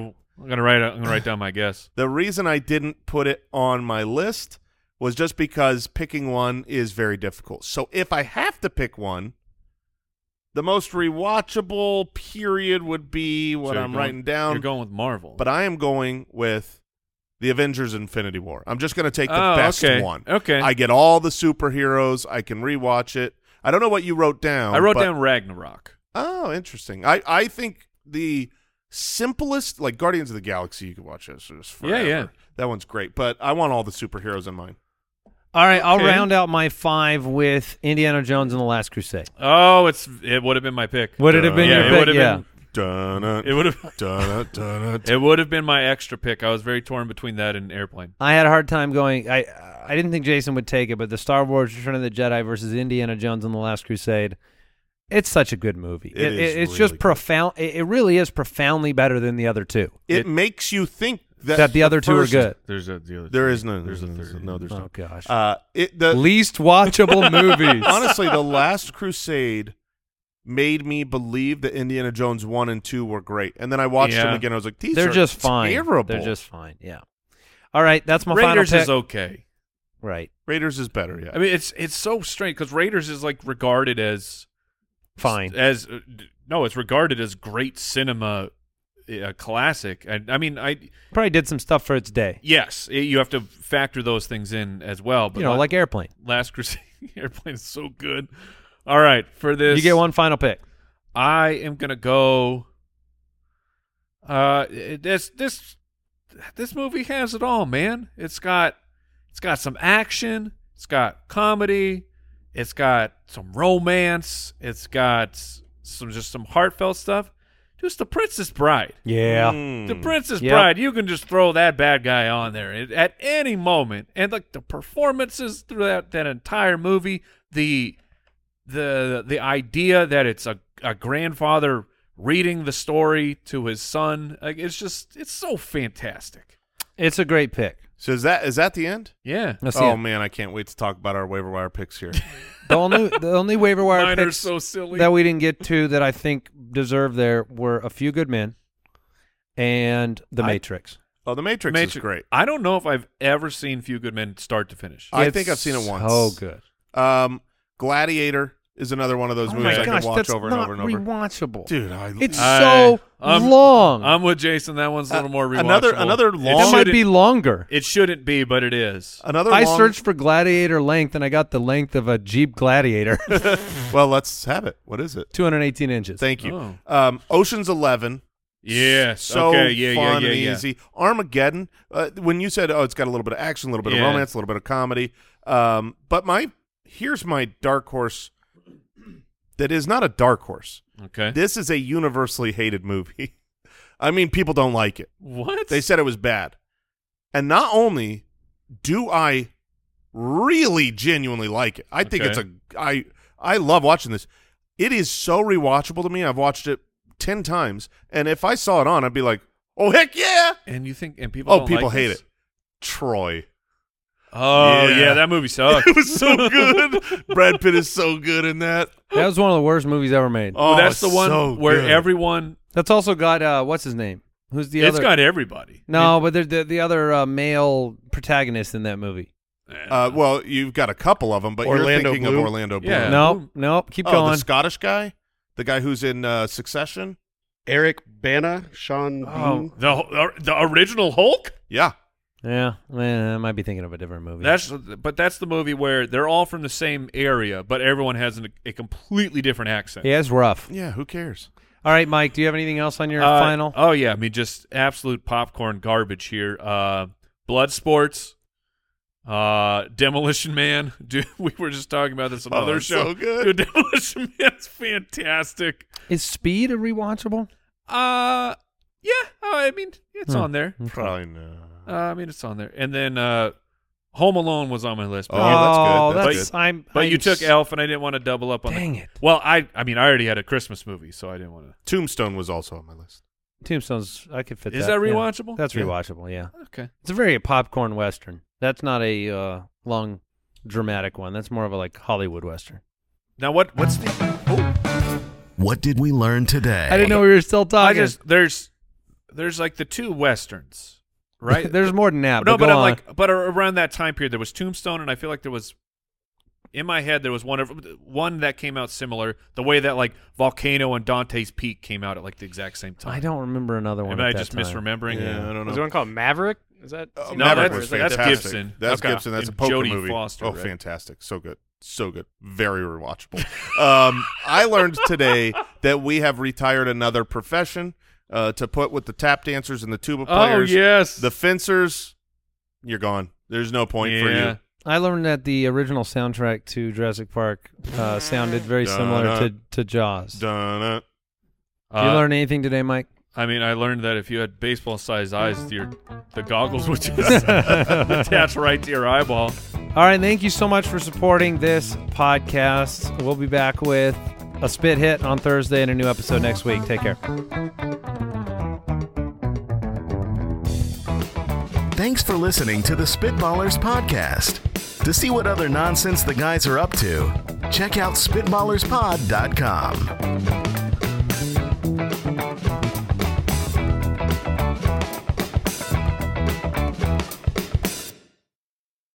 Speaker 4: am gonna write. I'm gonna write down my guess.
Speaker 2: The reason I didn't put it on my list was just because picking one is very difficult. So if I have to pick one, the most rewatchable period would be
Speaker 4: So
Speaker 2: what
Speaker 4: you're
Speaker 2: I'm
Speaker 4: going-
Speaker 2: writing down.
Speaker 4: You're going with Marvel,
Speaker 2: but I am going with the Avengers Infinity War. I'm just going to take the
Speaker 4: Oh,
Speaker 2: best
Speaker 4: okay.
Speaker 2: one.
Speaker 4: Okay.
Speaker 2: I get all the superheroes. I can rewatch it. I don't know what you wrote down.
Speaker 4: I wrote
Speaker 2: but-
Speaker 4: down Ragnarok.
Speaker 2: Oh, interesting. I, I think the simplest, like Guardians of the Galaxy, you can watch this. just
Speaker 4: Yeah,
Speaker 2: forever.
Speaker 4: yeah.
Speaker 2: That one's great. But I want all the superheroes in mine.
Speaker 3: All right, I'll
Speaker 4: Okay.
Speaker 3: round out my five with Indiana Jones and the Last Crusade.
Speaker 4: Oh, it's it would have been my pick.
Speaker 3: Would it have been
Speaker 4: yeah,
Speaker 3: your
Speaker 4: it
Speaker 3: pick?
Speaker 4: would have
Speaker 3: yeah.
Speaker 4: been.
Speaker 2: Dun-dun,
Speaker 4: It would have.
Speaker 2: dun-dun, dun-dun.
Speaker 4: It would have been my extra pick. I was very torn between that and Airplane.
Speaker 3: I had a hard time going. I I didn't think Jason would take it, but the Star Wars: Return of the Jedi versus Indiana Jones and the Last Crusade. It's such a good movie.
Speaker 2: It is
Speaker 3: it's
Speaker 2: really
Speaker 3: just
Speaker 2: good.
Speaker 3: profound. It, it really is profoundly better than the other two.
Speaker 2: It,
Speaker 4: It-
Speaker 2: makes you think that,
Speaker 3: That, the other two are
Speaker 2: first-
Speaker 3: good.
Speaker 4: There's a the other.
Speaker 2: There
Speaker 4: three.
Speaker 2: is no.
Speaker 4: There's a
Speaker 2: no,
Speaker 4: third.
Speaker 2: No, there's
Speaker 3: Oh
Speaker 2: no.
Speaker 3: gosh.
Speaker 2: Uh, it, the,
Speaker 3: Least watchable movies.
Speaker 2: honestly, The Last Crusade made me believe that Indiana Jones 1 and 2 were great. And then I watched
Speaker 4: Yeah.
Speaker 2: them again. I was like, these
Speaker 3: They're
Speaker 2: are
Speaker 3: just fine.
Speaker 2: terrible.
Speaker 3: They're just fine. Yeah. All right, that's my final
Speaker 4: Raiders
Speaker 3: pick.
Speaker 4: is okay.
Speaker 3: right.
Speaker 2: Raiders is better, yeah.
Speaker 4: I mean, it's it's so strange because Raiders is like regarded as
Speaker 3: Fine.
Speaker 4: as uh, d- no, it's regarded as great cinema, uh, classic. I, I mean, I
Speaker 3: Probably did some stuff for its day.
Speaker 4: yes, i- you have to factor those things in as well. But
Speaker 3: You know,
Speaker 4: La-
Speaker 3: like Airplane.
Speaker 4: Last Crusade airplane is so good. All right, for this,
Speaker 3: You get one final pick.
Speaker 4: I am gonna go. Uh, it- this this this movie has it all, man. It's got it's got some action. It's got comedy. It's got some romance. It's got some just some heartfelt stuff. Just the Princess Bride.
Speaker 3: Yeah.
Speaker 2: Mm.
Speaker 4: The Princess
Speaker 3: Yep.
Speaker 4: Bride. You can just throw that bad guy on there at- at any moment, and like the performances throughout that entire movie, the the the idea that it's a, a grandfather reading the story to his son, like it's just it's so fantastic.
Speaker 3: It's a great pick.
Speaker 2: So is that is that the end?
Speaker 4: Yeah,
Speaker 3: That's the
Speaker 2: Oh
Speaker 3: end.
Speaker 2: man, I can't wait to talk about our waiver wire picks here.
Speaker 3: The only the only waiver wire
Speaker 4: Oh, mine are
Speaker 3: picks
Speaker 4: so silly.
Speaker 3: that we didn't get to that I think deserve there were a few good men and The
Speaker 4: I-
Speaker 3: Matrix.
Speaker 2: oh, the Matrix, is
Speaker 4: Matrix-
Speaker 2: great.
Speaker 4: I don't know if I've ever seen Few Good Men start to finish.
Speaker 2: I
Speaker 3: It's
Speaker 2: think I've seen it once.
Speaker 3: So good.
Speaker 2: Um, Gladiator is another one of
Speaker 4: Oh
Speaker 2: those movies I can watch over and over and over.
Speaker 3: rewatchable.
Speaker 2: Dude, I
Speaker 3: it's
Speaker 4: I-
Speaker 3: so
Speaker 4: I'm-
Speaker 3: long.
Speaker 4: I'm with Jason. That one's a little
Speaker 2: Uh,
Speaker 4: more rewatchable.
Speaker 2: another- another
Speaker 4: It
Speaker 2: long-
Speaker 3: that might
Speaker 4: shouldn't-
Speaker 3: be longer.
Speaker 4: It shouldn't be, but it is.
Speaker 2: another.
Speaker 3: I
Speaker 2: long-
Speaker 3: searched for Gladiator length and I got the length of a Jeep Gladiator,
Speaker 2: Well, let's have it. What is it?
Speaker 3: 218 inches.
Speaker 2: Thank you.
Speaker 4: Oh.
Speaker 2: Um, Ocean's Eleven
Speaker 4: Yes.
Speaker 2: so
Speaker 4: okay. Yeah.
Speaker 2: fun
Speaker 4: yeah.
Speaker 2: and
Speaker 4: Yeah. Yeah.
Speaker 2: easy. Armageddon. Uh, when you said, "Oh, it's got a little bit of action, a little bit
Speaker 4: Yeah.
Speaker 2: of romance, a little bit of comedy," um, but my here's my dark horse that is not a dark horse.
Speaker 4: Okay.
Speaker 2: This is a universally hated movie. I mean, people don't like it.
Speaker 4: What?
Speaker 2: They said it was bad, and not only do I really genuinely like it, I think
Speaker 4: Okay.
Speaker 2: it's a I I love watching this. It is so rewatchable to me. I've watched it ten times, and if I saw it on, I'd be like, "Oh heck yeah!"
Speaker 4: and you think and people?
Speaker 2: Oh,
Speaker 4: don't
Speaker 2: people
Speaker 4: like
Speaker 2: hate
Speaker 4: this?
Speaker 2: it. Troy.
Speaker 4: Oh
Speaker 2: Yeah.
Speaker 4: yeah. that movie sucked.
Speaker 2: It was so good. Brad Pitt is so good in that.
Speaker 3: That was one of the worst movies ever made.
Speaker 2: Oh,
Speaker 4: that's the
Speaker 2: it's
Speaker 4: one
Speaker 2: so
Speaker 4: where
Speaker 2: good.
Speaker 4: everyone.
Speaker 3: That's also got uh, what's his name? Who's the
Speaker 4: it's
Speaker 3: other?
Speaker 4: got everybody.
Speaker 3: no, but the the, the other uh, male protagonist in that movie.
Speaker 2: Uh, well, you've got a couple of them, but
Speaker 5: Orlando
Speaker 2: you're thinking
Speaker 5: Bloom?
Speaker 2: of Orlando Bloom.
Speaker 4: Yeah.
Speaker 3: No, no, keep
Speaker 2: oh,
Speaker 3: going.
Speaker 2: the Scottish guy, the guy who's in uh, Succession.
Speaker 5: Eric Bana, Sean Bean.
Speaker 4: the uh, the original Hulk.
Speaker 2: Yeah,
Speaker 3: yeah, man, I might be thinking of a different movie.
Speaker 4: That's but that's the movie where they're all from the same area, but everyone has an, a completely different accent.
Speaker 3: yeah, it's rough.
Speaker 2: yeah. Who cares?
Speaker 3: All right, Mike, do you have anything else on your
Speaker 4: Uh,
Speaker 3: final?
Speaker 4: Oh yeah, I mean just absolute popcorn garbage here. Uh, blood sports, uh, Demolition Man. Dude, we were just talking about this on
Speaker 2: Oh,
Speaker 4: another
Speaker 2: it's
Speaker 4: show.
Speaker 2: so good.
Speaker 4: Dude, Demolition Man's fantastic.
Speaker 3: Is Speed a rewatchable?
Speaker 4: Uh, yeah. Oh, I mean it's
Speaker 3: Hmm.
Speaker 4: on there.
Speaker 2: Probably not.
Speaker 4: Uh, I mean it's on there. And then uh, Home Alone was on my list. But
Speaker 2: Oh, that's good.
Speaker 3: Oh,
Speaker 2: That's
Speaker 3: that's-
Speaker 2: good.
Speaker 3: I'm.
Speaker 4: But you
Speaker 3: I'm
Speaker 4: took
Speaker 3: s-
Speaker 4: Elf, and I didn't want to double up on. the-
Speaker 3: Dang it.
Speaker 4: well, I I mean, I already had a Christmas movie, so I didn't want to.
Speaker 2: Tombstone was also on my list.
Speaker 3: Tombstones. I could fit.
Speaker 4: Is
Speaker 3: that
Speaker 4: that rewatchable?
Speaker 3: Yeah. That's
Speaker 2: Yeah.
Speaker 3: rewatchable. Yeah,
Speaker 4: Okay.
Speaker 3: it's a very popcorn western. That's not a uh, long, dramatic one. That's more of a like Hollywood western.
Speaker 4: Now what? What's the? Oh,
Speaker 1: What did we learn today?
Speaker 3: I didn't know we were still talking.
Speaker 4: I just there's there's like the two westerns, right?
Speaker 3: There's more than that.
Speaker 4: no,
Speaker 3: but,
Speaker 4: but
Speaker 3: go
Speaker 4: I'm
Speaker 3: on.
Speaker 4: like, but ar- around that time period, there was Tombstone, and I feel like there was. In my head, there was one of one that came out similar, the way that like Volcano and Dante's Peak came out at like the exact same time.
Speaker 3: I don't remember another one.
Speaker 4: Am
Speaker 3: at
Speaker 4: I
Speaker 3: that
Speaker 4: just
Speaker 3: time.
Speaker 4: misremembering?
Speaker 2: Yeah, I don't
Speaker 6: Was
Speaker 2: know.
Speaker 6: there one called Maverick? Is that
Speaker 2: Oh,
Speaker 6: see,
Speaker 4: No,
Speaker 2: Maverick
Speaker 4: that's-
Speaker 2: was
Speaker 4: that's
Speaker 2: fantastic.
Speaker 4: Gibson.
Speaker 2: That's
Speaker 4: Okay.
Speaker 2: Gibson. That's
Speaker 4: And
Speaker 2: a poker
Speaker 4: Jodie
Speaker 2: movie.
Speaker 4: Foster,
Speaker 2: oh,
Speaker 4: right?
Speaker 2: fantastic! So good, so good, very rewatchable. um, I learned today that we have retired another profession uh, to put with the tap dancers and the tuba
Speaker 4: Oh
Speaker 2: players.
Speaker 4: yes,
Speaker 2: The fencers, you're gone. There's no point for
Speaker 4: Yeah.
Speaker 2: you.
Speaker 3: I learned that the original soundtrack to Jurassic Park uh, sounded very similar to, to Jaws. Did
Speaker 2: Dun-uh.
Speaker 3: you
Speaker 4: Uh,
Speaker 3: learn anything today, Mike?
Speaker 4: I mean, I learned that if you had baseball-sized eyes, your the goggles would just attach right to your eyeball.
Speaker 3: All right, thank you so much for supporting this podcast. We'll be back with a spit hit on Thursday and a new episode next week. Take care.
Speaker 1: Thanks for listening to the Spitballers Podcast. To see what other nonsense the guys are up to, check out SpitballersPod.com.